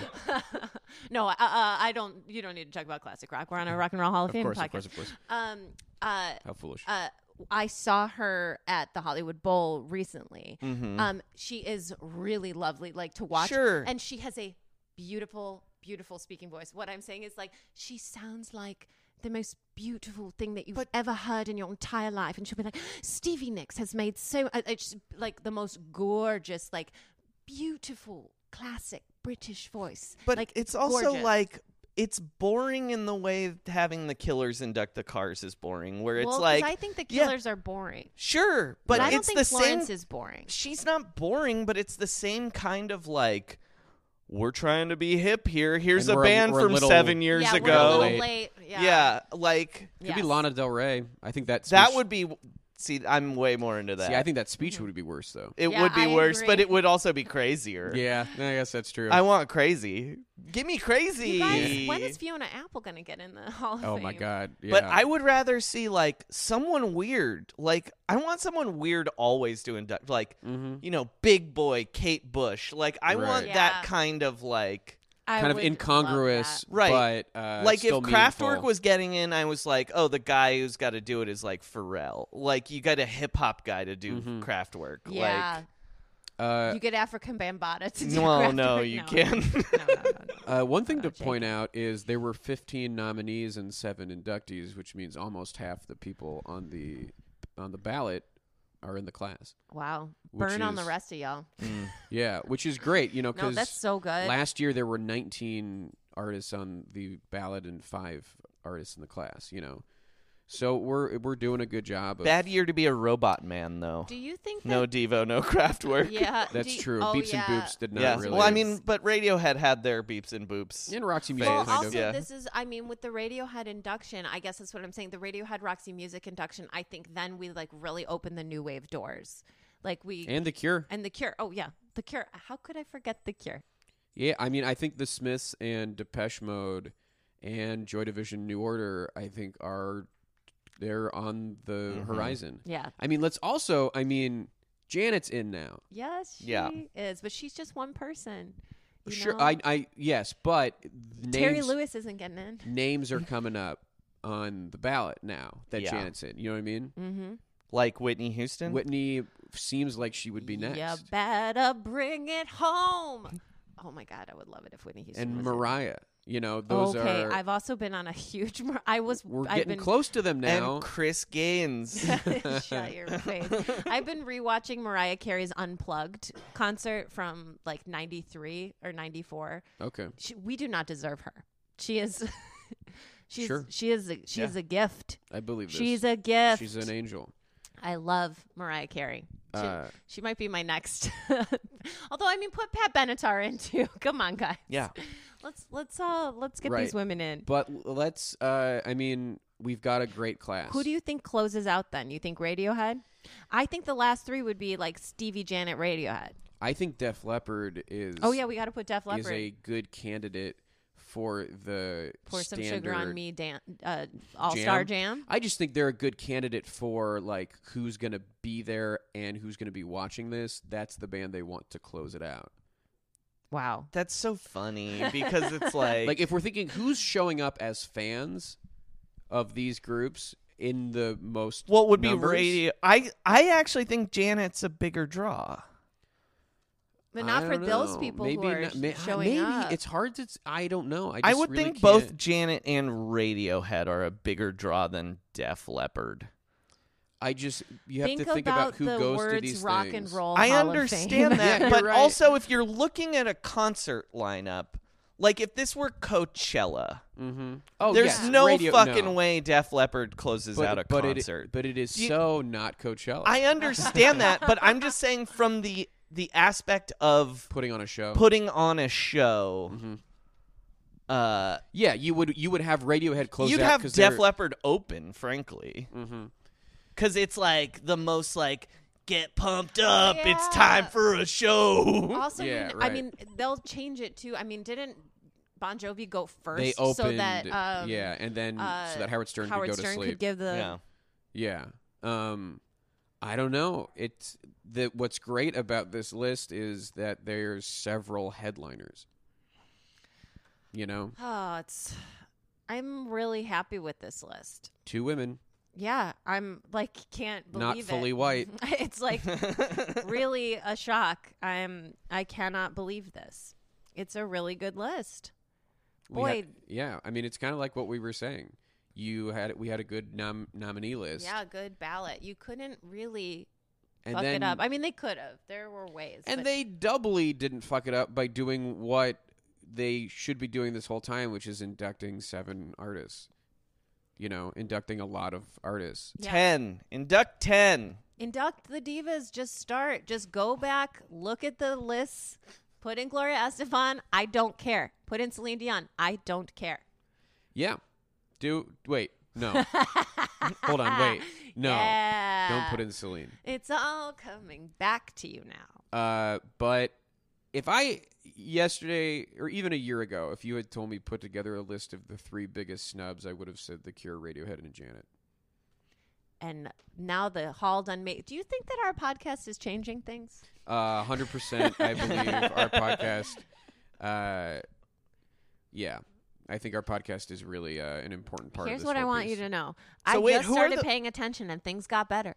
B: no, uh, uh, I don't. You don't need to talk about classic rock. We're on
A: *laughs*
B: a rock and roll Hall of,
A: Of
B: Fame
A: course,
B: podcast.
A: of course, of course.
B: Um. Uh.
A: How foolish.
B: Uh. I saw her at the Hollywood Bowl recently.
C: Mhm.
B: Um, she is really lovely, like to watch.
C: Sure.
B: And she has a beautiful, beautiful speaking voice. What I'm saying is like she sounds like the most beautiful thing that you've ever heard in your entire life. And she'll be like, Stevie Nicks has made so uh, it's like the most gorgeous, like beautiful, classic British voice.
C: but
B: like,
C: it's also
B: gorgeous.
C: like it's boring in the way having the Killers induct the Cars is boring, where it's
B: Well, 'cause
C: like
B: I think the
C: yeah.
B: killers are boring.
C: sure, but,
B: I don't
C: it's
B: think
C: the
B: Florence
C: same.
B: is boring.
C: she's not boring, but it's the same kind of like we're trying to be hip here. Here's
A: And
C: a
A: we're a-
C: band
A: we're a
C: from
A: little-
C: seven years
B: yeah,
C: ago.
B: We're a little late. Yeah.
C: yeah, like
A: Could be Lana Del Rey. I think that
C: that
A: speech-
C: would be. See, I'm way more into that.
A: See, I think that speech would be worse though.
C: it
B: Yeah,
C: would be
B: I
C: worse, but
B: agree.
C: it would also be crazier.
A: Yeah, I guess that's true.
C: I want crazy. Give me crazy.
B: You guys, when is Fiona Apple going to get in the *laughs* Hall of
A: oh
B: Fame?
A: my god. Yeah.
C: But I would rather see like someone weird. Like I want someone weird always to induct like you know, big boy Kate Bush. Like I
A: Mm-hmm. Right.
C: want
B: Yeah.
C: that kind of like
B: I
A: kind of
B: would love
A: incongruous,
B: that.
C: Right.
A: But uh,
C: like if
A: still
C: Kraftwerk
A: meaningful.
C: was getting in, I was like, "Oh, the guy who's got to do it is like Pharrell. Like you got a hip hop guy to do
A: Mm-hmm.
C: Kraftwerk.
B: Yeah.
A: uh,
B: you get African Bambata *laughs* to
C: Like
B: do
C: well,
B: Kraftwerk.
C: no, you
B: no.
C: can't.
A: *laughs*
B: No, no, no,
C: *laughs*
B: no.
A: Uh, one thing to point out is there were 15 nominees and seven inductees, which means almost half the people on the on the ballot are in the class.
B: Wow.
A: Which
B: Burn on the
A: is-
B: rest of y'all.
A: Yeah, which is great, you know,
B: No,
A: because
B: that's so good.
A: last year there were 19 artists on the ballot and five artists in the class. You know, so we're we're doing a good job. Of,
C: Bad year to be a robot man though.
B: Do you think that?
C: No Devo, no *laughs*
A: *laughs*
C: Kraftwerk.
B: yeah.
A: that's
B: do you-
A: true.
B: Oh,
A: beeps
B: yeah.
A: and boops did not
C: Yeah.
A: really.
C: Well, I mean, but Radiohead had their beeps and boops.
A: in Roxy Music,
B: Well,
C: phase.
A: kind
B: also,
A: of.
C: Yeah.
B: this is, I mean, with the Radiohead induction, I guess that's what I'm saying. The Radiohead Roxy Music induction, I think then we like really open the new wave doors. Like we,
A: and the Cure.
B: and the cure. Oh, yeah. The cure. How could I forget the cure?
A: Yeah, I mean, I think the Smiths and Depeche Mode and Joy Division New Order, I think, are they're on the
C: Mm-hmm.
A: horizon.
B: Yeah.
A: I mean, let's also, I mean, Janet's in now.
B: Yes, she
C: Yeah.
B: is, but she's just one person. you
A: sure,
B: know?
A: I, I, yes, but
B: Terry
A: names,
B: Lewis isn't getting in.
A: names are coming up on the ballot now that
C: Yeah.
A: Janet's in. You know what I mean?
B: Mm-hmm.
C: like Whitney Houston.
A: Whitney seems like she would be next.
B: You better bring it home. Oh my God, I would love it if Whitney Houston
A: and
B: was
A: Mariah. You know,
B: in.
A: those
B: okay,
A: are
B: I've also been on a huge. Mar- I was.
A: we're
B: I've
A: getting
B: been,
A: close to them now.
C: and Chris Gaines.
B: *laughs*
A: *laughs*
B: Shut your face. I've been rewatching Mariah Carey's Unplugged concert from like 93 or 94.
A: okay.
B: She, we do not deserve her. She is *laughs* she's
A: Sure.
B: she is a, she is a gift.
A: I believe this.
B: She's a gift.
A: She's an angel.
B: I love Mariah Carey. She,
A: Uh,
B: she might be my next. *laughs* Although I mean put Pat Benatar in *laughs* too. Come on guys.
C: yeah.
B: Let's let's uh let's get
A: Right.
B: these women in.
A: But l- let's. Uh, I mean, we've got a great class.
B: Who do you think closes out then? You think Radiohead? I think the last three would be like Stevie Janet Radiohead.
A: I think Def Leppard is.
B: Oh yeah, we got to put Def
A: is
B: Leppard.
A: a good candidate for the
B: Pour some
A: standard
B: sugar on me, dan- uh, All Star Jam.
A: I just think they're a good candidate for like who's going to be there and who's going to be watching this. That's the band they want to close it out.
B: Wow.
C: That's so funny because
B: *laughs*
C: it's like,
A: Like if we're thinking who's showing up as fans of these groups in the most
C: what would
A: numbers,
C: be radio? I I actually think Janet's a bigger draw.
B: But not
A: I
B: for
A: don't
B: those
A: know.
B: people
A: maybe
B: who are
A: not-
B: sh-
A: may-
B: showing
A: maybe
B: up.
A: it's hard to s- I don't know. I,
C: I,
A: just
C: would
A: really
C: think both
A: can't-
C: Janet and Radiohead are a bigger draw than Def Leppard.
A: I just you have
B: think,
A: to think
B: about,
A: about, who
B: the
A: goes
B: words
A: to these
B: rock
A: things.
B: and roll.
C: I
B: Hall of Fame.
C: understand that, *laughs*
A: Yeah,
C: but
A: you're right.
C: also if you're looking at a concert lineup, like if this were Coachella,
A: Mm-hmm. Oh,
C: there's
A: yes,
C: no
A: radio-
C: fucking
A: no.
C: way Def Leppard closes out a
A: but
C: concert.
A: It, but it is
C: You-
A: so not Coachella.
C: I understand that, but
B: *laughs*
C: I'm just saying from the the aspect of
A: putting on a show.
C: putting on a show.
A: Mm-hmm.
C: Uh,
A: yeah, you would you would have Radiohead close.
C: you'd
A: out
C: have
A: 'cause
C: Def
A: they're-
C: Leppard open, frankly,
A: Mhm.
C: because it's like the most like get pumped up. It's time for a show. *laughs*
B: Also, you
A: Yeah,
B: kn- I
A: right.
B: mean, they'll change it too. I mean, didn't Bon Jovi go first
A: They opened.
B: so that um,
A: yeah, and then
B: uh,
A: so that Howard Stern
B: Howard
A: could go
B: Stern
A: to
B: could
A: sleep.
B: give the
C: yeah.
A: yeah. Um, I don't know. It's the what's great about this list is that there's several headliners. You know,
B: Oh, it's. I'm really happy with this list.
A: two women,
B: Yeah, I'm like can't believe
A: not
B: it.
A: fully white.
B: *laughs* it's like really a shock. I'm I cannot believe this. It's a really good list.
A: We ha-
B: Boy.
A: yeah. I mean, it's kind of like what we were saying. You had we had a good nom- nominee list.
B: Yeah, good ballot. You couldn't really
A: and
B: fuck
A: then
B: it up. I mean, they could have. There were ways.
A: And
B: but-
A: they doubly didn't fuck it up by doing what they should be doing this whole time, which is inducting seven artists. You know, inducting a lot of artists.
B: Yeah.
C: Ten. Induct ten.
B: induct the divas. Just start. Just go back. Look at the lists. Put in Gloria Estefan. I don't care. Put in Celine Dion. I don't care.
A: Yeah. Do wait.
B: *laughs*
A: No. Hold on. Wait. No.
B: Yeah.
A: Don't put in Celine.
B: It's all coming back to you now.
A: Uh, but if I yesterday or even a year ago, if you had told me put together a list of the three biggest snubs, I would have said The Cure, Radiohead, and Janet.
B: And now the hall done made. Do you think that our podcast is changing things?
A: Uh, hundred percent. I believe
B: *laughs*
A: our podcast. Uh, yeah, I think our podcast is really uh, an important part. of
B: Here's
A: this
B: what I
A: whole
B: want
A: piece.
B: you to know. I
C: So wait,
B: just
C: who are
B: started
C: the-
B: paying attention and things got better.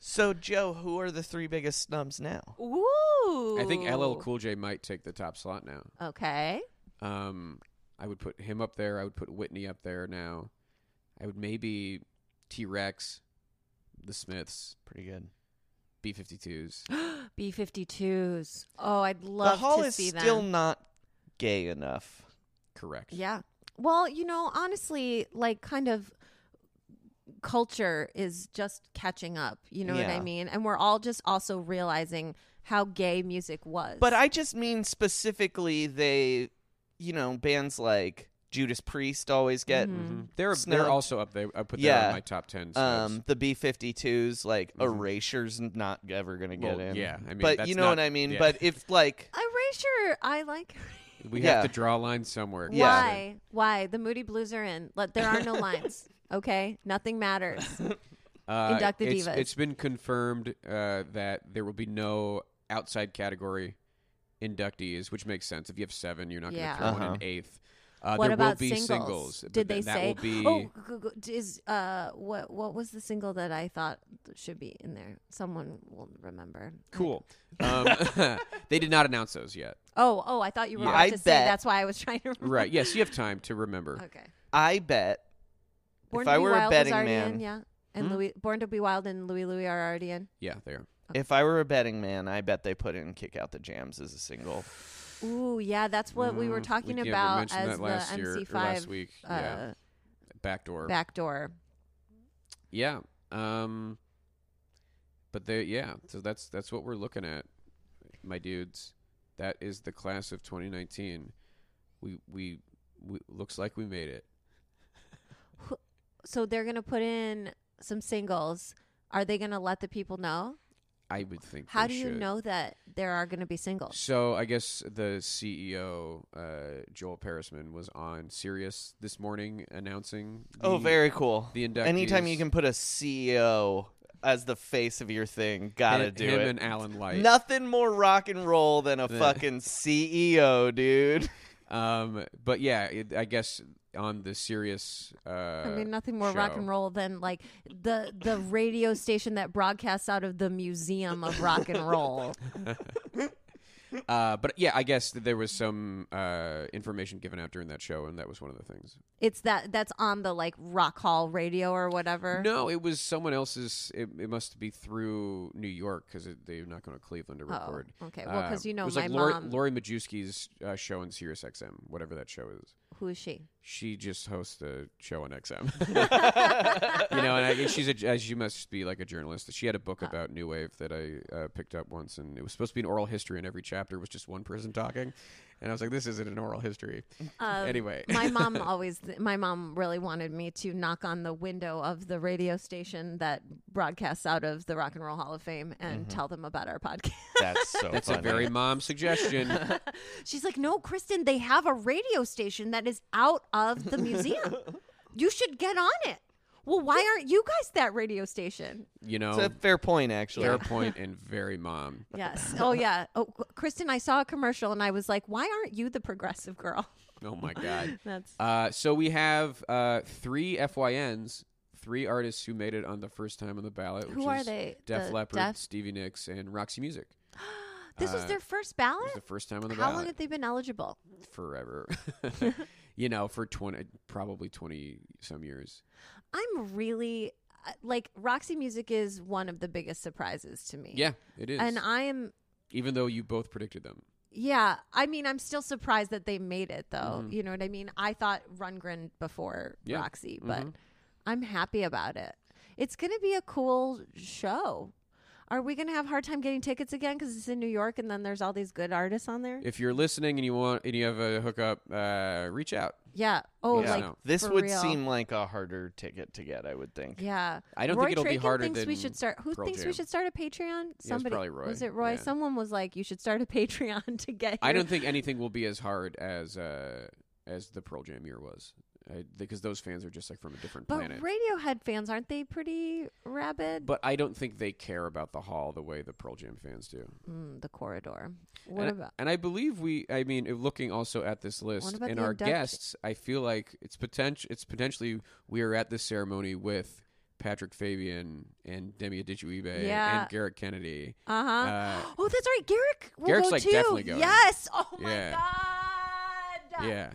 C: So Joe, who are the three biggest snubs now?
B: Ooh.
A: I think LL Cool J might take the top slot now.
B: Okay.
A: Um, I would put him up there. I would put Whitney up there now. I would maybe T Rex, The Smiths,
C: Pretty good.
A: B
B: *gasps*
A: 52s.
B: B 52s. Oh, I'd love
C: the hall
B: to
C: is
B: see them.
C: still not gay enough.
A: Correct.
B: Yeah. Well, you know, honestly, like kind of culture is just catching up. You know what I
C: Yeah.
B: mean? And we're all just also realizing how gay music was.
C: But I just mean specifically they, you know, bands like Judas Priest always get
B: Mm-hmm.
A: Mhm. They're
C: Snub.
A: they're also up there. I put that
C: Yeah.
A: on my top ten. snubs.
C: um the B52s like Erasure's not ever going to get
A: Mm-hmm. Well,
C: in.
A: yeah, I mean,
C: but
A: that's
C: you know what
A: not-
C: I mean,
A: yeah.
C: but if like
B: Erasure, I like. *laughs*
A: we
C: yeah.
A: have to draw a line somewhere.
C: Yeah.
B: Why? Why? The Moody Blues are in. Let, there are
A: *laughs*
B: no lines. Okay? Nothing matters.
A: Uh,
B: Induct the
A: it's-
B: divas.
A: It's been confirmed uh, that there will be no outside category inductees, which makes sense. If you have seven, you're not going to
B: Yeah.
A: throw in
C: Uh-huh.
A: an eighth. Uh,
B: what
A: there
B: about
A: will be
B: singles?
A: singles, but
B: Did they
A: then that
B: say?
A: will be-
B: Oh, g- g- d- is uh, what what was the single that I thought should be in there? Someone will remember. I- *laughs*
A: Cool. Um, *laughs* they did not announce those yet.
B: oh, oh, I thought you were
C: Yeah.
B: about
C: I
B: to say.
C: bet.
B: That's why I was *laughs* trying to. Remember.
A: Right. Yes, you have time to remember.
B: Okay.
C: I bet
B: Born
C: if
B: to
C: I
B: Be
C: were
B: Wild
C: a
B: was
C: betting
B: already
C: man,
B: in, yeah.
A: Hmm?
B: And Louis, Born to Be Wild and Louis Louis are already in.
A: Yeah, there.
C: if I were a betting man, I bet they put in "Kick Out the Jams" as a single.
B: Ooh, yeah, that's what we were
A: Mm,
B: talking
A: we did- we
B: about
A: mentioned
B: as
A: that
B: the
A: last year- or
B: MC5
A: last week,
B: uh,
A: yeah. Backdoor.
B: backdoor.
A: Yeah. Um but they yeah, so that's that's what we're looking at, my dudes. That is the class of 2019. We we, we looks like we made it.
B: So they're gonna put in some singles. Are they gonna let the people know?
A: I would think.
B: How
A: they
B: do you
A: should.
B: know that there are gonna be singles?
A: So I guess the CEO uh, Joel Parisman was on Sirius this morning announcing. The,
C: oh, very cool.
A: the
C: Anytime
A: inductees-
C: you can put a CEO as the face of your thing, gotta
A: him,
C: do
A: him
C: it.
A: and Alan Light.
C: Nothing more rock and roll
A: *laughs*
C: than a fucking CEO, dude.
A: Um, but yeah, it, I guess on the Sirius. Uh,
B: I mean, nothing more rock
A: show.
B: and roll than like the the radio station that broadcasts out of the Museum of Rock
A: *laughs*
B: and Roll.
A: Uh, but yeah, I guess that there was some uh, information given out during that show, and that was one of the things.
B: It's that that's on the like Rock Hall radio or whatever.
A: No, it was someone else's. It, it must be through New York because they're not going to Cleveland to record.
B: Oh, okay. Well, 'cause
A: Uh,
B: you know
A: it was like
B: my
A: Lori,
B: mom-
A: Lori Majewski's uh, show on Sirius XM, whatever that show is.
B: Who is she?
A: She just hosts the show on *laughs*
B: *laughs*
A: XM. you know, and I, she's a, uh, she must be like a journalist. She had a
B: Uh.
A: book about New Wave that I uh, picked up once, and it was supposed to be an oral history, and every chapter was just one person talking. And I was like, this isn't an oral history. anyway. *laughs*
B: Um, my mom *laughs* always th- my mom really wanted me to knock on the window of the radio station that broadcasts out of the rock and roll hall of fame and
A: Mm-hmm.
B: tell them about our podcast *laughs*
C: *laughs* That's so
A: That's a very mom suggestion.
B: she's like no kristen they have a radio station that is out of
A: *laughs*
B: the museum you should get on it well why aren't you guys that radio station
A: You know,
C: It's a fair point, actually.
A: fair point and very mom. *laughs*
B: yes oh yeah oh kristen i saw a commercial and i was like why aren't you the
A: *laughs*
B: progressive girl
A: Oh my god.
B: *laughs* that's
A: Uh, so we have uh, three FYNs, three artists who made it on the first time on the ballot.
B: Who
A: which
B: are
A: is
B: they?
A: Def
B: The
A: Leppard,
B: Def-
A: Stevie Nicks, and Roxy Music.
B: this was
A: uh,
B: their first
A: It
B: ballot
A: was the first time on the
B: how
A: ballot
B: long have they been eligible *laughs*
A: forever. *laughs* you know, for twenty, probably twenty some years.
B: I'm really uh, like Roxy Music is one of the biggest surprises to me.
A: Yeah, it is.
B: And uh, I am
A: Even though you both predicted them,
B: yeah, I mean I'm still surprised that they made it though. You know what I mean? I thought Rundgren before
A: Mm-hmm. Yeah. Mm-hmm.
B: Roxy, but I'm happy about it. It's going to be a cool show. Are we going to have a hard time getting tickets again cuz it's in New York and then there's all these good artists on there?
A: if you're listening and you want and you have a hookup, uh, reach out.
B: yeah. Oh,
A: Yeah.
B: like
A: No.
C: This
B: for
C: would
B: real.
C: seem like a harder ticket to get, I would think.
B: Yeah,
A: I don't
B: Roy
A: think it'll be
B: Traken
A: harder
B: thinks we
A: than
B: should start. Who
A: Pearl
B: thinks we
A: Jam.
B: should start a Patreon? Somebody
A: probably Roy.
B: was it Roy?
A: Yeah.
B: Someone was like, "You should start a *laughs* Patreon to get."
A: I
B: your-"
A: don't think anything will be as hard as uh, as the Pearl Jam year was, I, because those fans are just like from a different
B: But
A: planet.
B: Radiohead fans aren't they pretty rabid?
A: but I don't think they care about the hall the way the Pearl Jam fans do.
B: mm, the corridor. What
A: and,
B: about?
A: and I believe we. I mean, if looking also at this list
B: about
A: and
B: the
A: our
B: induct-
A: guests, I feel like it's potential. It's potentially we are at this ceremony with Patrick Fabian and Demi Adichie
B: Yeah.
A: and Garrett Kennedy.
B: Uh-huh.
A: Uh,
B: oh, that's right. Garrick will
A: Garrick's,
B: go
A: like,
B: too.
A: definitely going.
B: Yes. Oh my
A: Yeah.
B: god.
A: yeah,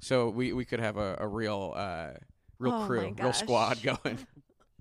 A: so we we could have a, a real uh, real
B: Oh my
A: crew, real squad *laughs*
B: gosh.
A: going.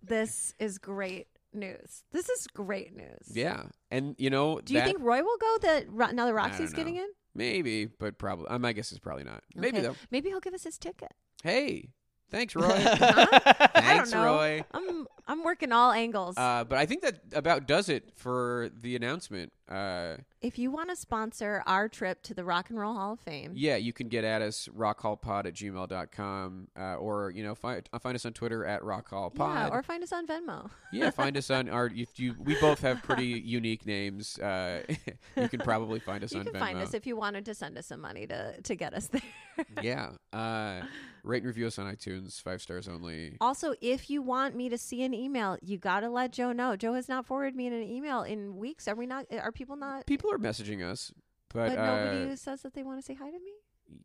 B: This is great news. This is great news.
A: yeah, and you know,
B: Do you
A: that-
B: think Roy will go? That Ro- now that
A: I
B: Roxy's
A: don't
B: getting
A: know.
B: in.
A: Maybe, but probably. Uh, my guess is probably not. Maybe
B: Okay.
A: though.
B: Maybe he'll give us his ticket.
A: Hey, thanks, Roy.
B: *laughs* I don't
A: thanks,
B: know.
A: Roy.
B: I'm I'm working all angles.
A: Uh, but I think that about does it for the announcement. Uh,
B: if you want to sponsor our trip to the Rock and Roll Hall of Fame,
A: yeah, you can get at us, rockhallpod at gmail.com, uh, or, you know, find, find us on Twitter at
B: yeah,
A: rockhallpod.
B: or find us on Venmo.
A: *laughs* yeah, find us on our, if you, we both have pretty *laughs* unique names. Uh, *laughs* you can probably find us
B: You
A: on
B: can
A: Venmo.
B: find us if you wanted to send us some money to to get us *laughs* there.
A: *laughs* yeah. Uh, rate and review us on iTunes, five stars only.
B: also, if you want me to see an email, you got to let Joe know. Joe has not forwarded me an email in weeks. Are we not? Are people not?
A: People are messaging us, but,
B: but
A: uh,
B: nobody says that they want to say hi to me.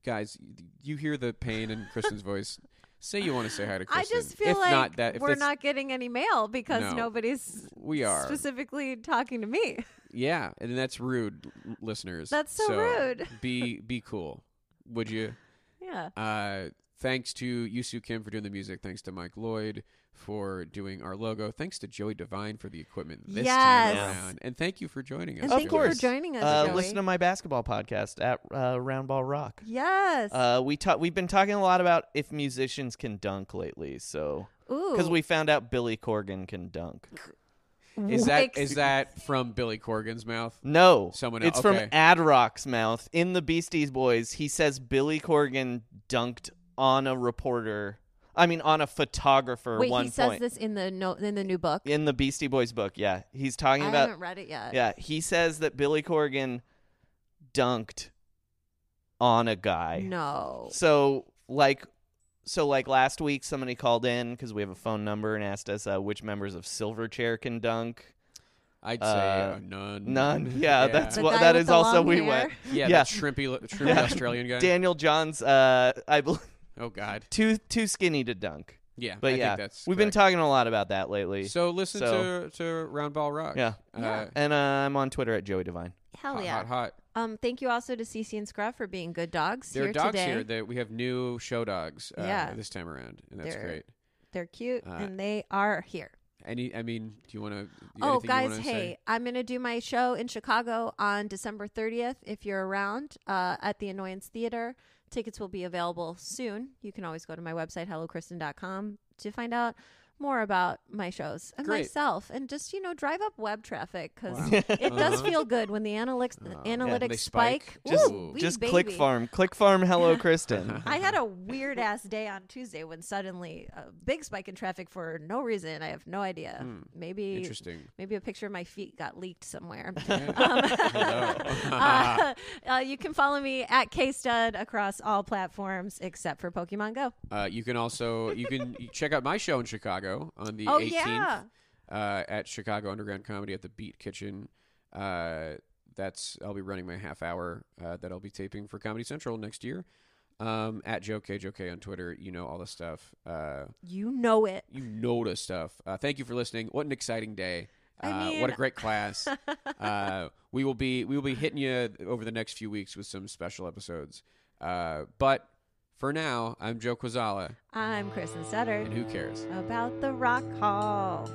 A: guys, y- you hear the pain in Kristen's voice. Say you want to say hi to
B: I
A: Kristen.
B: just feel
A: if
B: like
A: not that, if
B: we're
A: that's-
B: not getting any mail because
A: No.
B: nobody's
A: We are.
B: specifically talking to me. *laughs*
A: Yeah, and that's rude, l- listeners.
B: That's so rude.
A: *laughs* be be cool, would you?
B: Yeah.
A: Uh, thanks to Yusu Kim for doing the music. Thanks to Mike Lloyd for doing our logo. Thanks to Joey Devine for the equipment this
B: Yes.
A: time around. And thank you for joining us.
B: And
C: Of
B: thank you
C: course.
B: for joining us.
C: Uh,
B: Joey.
C: listen to my basketball podcast at uh, Roundball Rock.
B: Yes.
C: Uh, we ta- we've been talking a lot about if musicians can dunk lately, so
B: Ooh.
C: because we found out Billy Corgan can dunk.
A: Is that
B: Ex-
A: is that from Billy Corgan's mouth?
C: No,
A: Someone
C: It's
A: else- okay.
C: from Ad Rock's mouth in the Beasties Boys. He says Billy Corgan dunked on a reporter. I mean, on a photographer.
F: Wait,
C: one
F: he says
C: point
F: this in the no, in the new book.
C: in the Beastie Boys book. Yeah, he's talking
B: I
C: about.
B: haven't read it yet.
C: Yeah, he says that Billy Corgan dunked on a guy.
B: No.
C: So like so like last week somebody called in cuz we have a phone number and asked us uh, which members of Silverchair can dunk.
A: I'd say
C: Uh,
A: uh, none. *laughs*
C: None. Yeah, that's
B: The
C: what
B: guy
C: that
B: with
C: is
B: the
C: also
B: long
C: we
B: hair.
C: went.
A: yeah,
C: yeah.
A: that shrimpy,
C: *laughs*
A: li- shrimpy
C: Yeah.
A: Australian guy.
C: Daniel Johns uh I believe
A: oh God.
C: *laughs* too too skinny to dunk.
A: Yeah,
C: But
A: I
C: yeah,
A: think that's
C: we've been
A: correct.
C: talking a lot about that lately.
A: So listen
C: So-
A: to to Roundball Rock.
C: Yeah.
A: Uh,
C: and uh, I'm on Twitter at Joey Divine.
B: Hell
A: Hot,
B: yeah.
A: hot, hot.
B: Um, thank you also to Cece and Scruff for being good dogs
A: There
B: here
A: are dogs
B: today.
A: here that we have new show dogs. Uh,
B: Yeah.
A: this time around, and that's
B: They're-
A: great.
B: They're cute
A: Uh,
B: and they are here.
A: Any, I mean, do you want to?
B: Oh, guys, hey, I'm going to do my show in Chicago on December 30th if you're around uh, at the Annoyance Theater. Tickets will be available soon. You can always go to my website, hellokristen.com, to find out more about my shows and
A: Great.
B: myself and just, you know, drive up web traffic because it
A: *laughs*
B: does
A: Uh-huh.
B: feel good when the analytics,
A: Uh, yeah,
B: analytics
A: they
B: spike.
A: spike.
C: Just
B: Ooh, wee
C: just
B: baby.
C: click farm. Click farm
A: *laughs*
C: hello Kristen.
B: I had a weird ass day on Tuesday when suddenly a big spike in traffic for no reason. I have no idea. Maybe
A: Interesting.
B: Maybe a picture of my feet got leaked somewhere. Um,
A: Hello.
B: *laughs* uh, uh, you can follow me at KStud across all platforms except for Pokemon Go.
A: Uh, you can also you
B: *laughs*
A: can you check out my show in Chicago on the
B: Oh,
A: 18th
B: yeah.
A: uh, at Chicago Underground Comedy at the Beat Kitchen. Uh, that's I'll be running my half hour uh, that I'll be taping for Comedy Central next year. Um, at Joe K Joe K on Twitter, you know all the stuff. Uh,
B: You know it.
A: you know the stuff. Uh, thank you for listening. What an exciting day! Uh,
B: I
A: what
B: mean-
A: a great
B: *laughs*
A: class. uh, we will be we will be hitting you over the next few weeks with some special episodes. Uh, but for now, I'm Joe Quazala,
B: I'm Kristen Sutter
A: and who cares?
B: about the Rock Hall.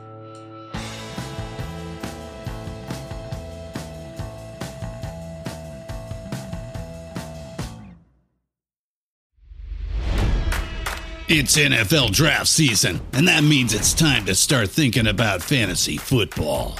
G: It's NFL draft season, and that means it's time to start thinking about fantasy football.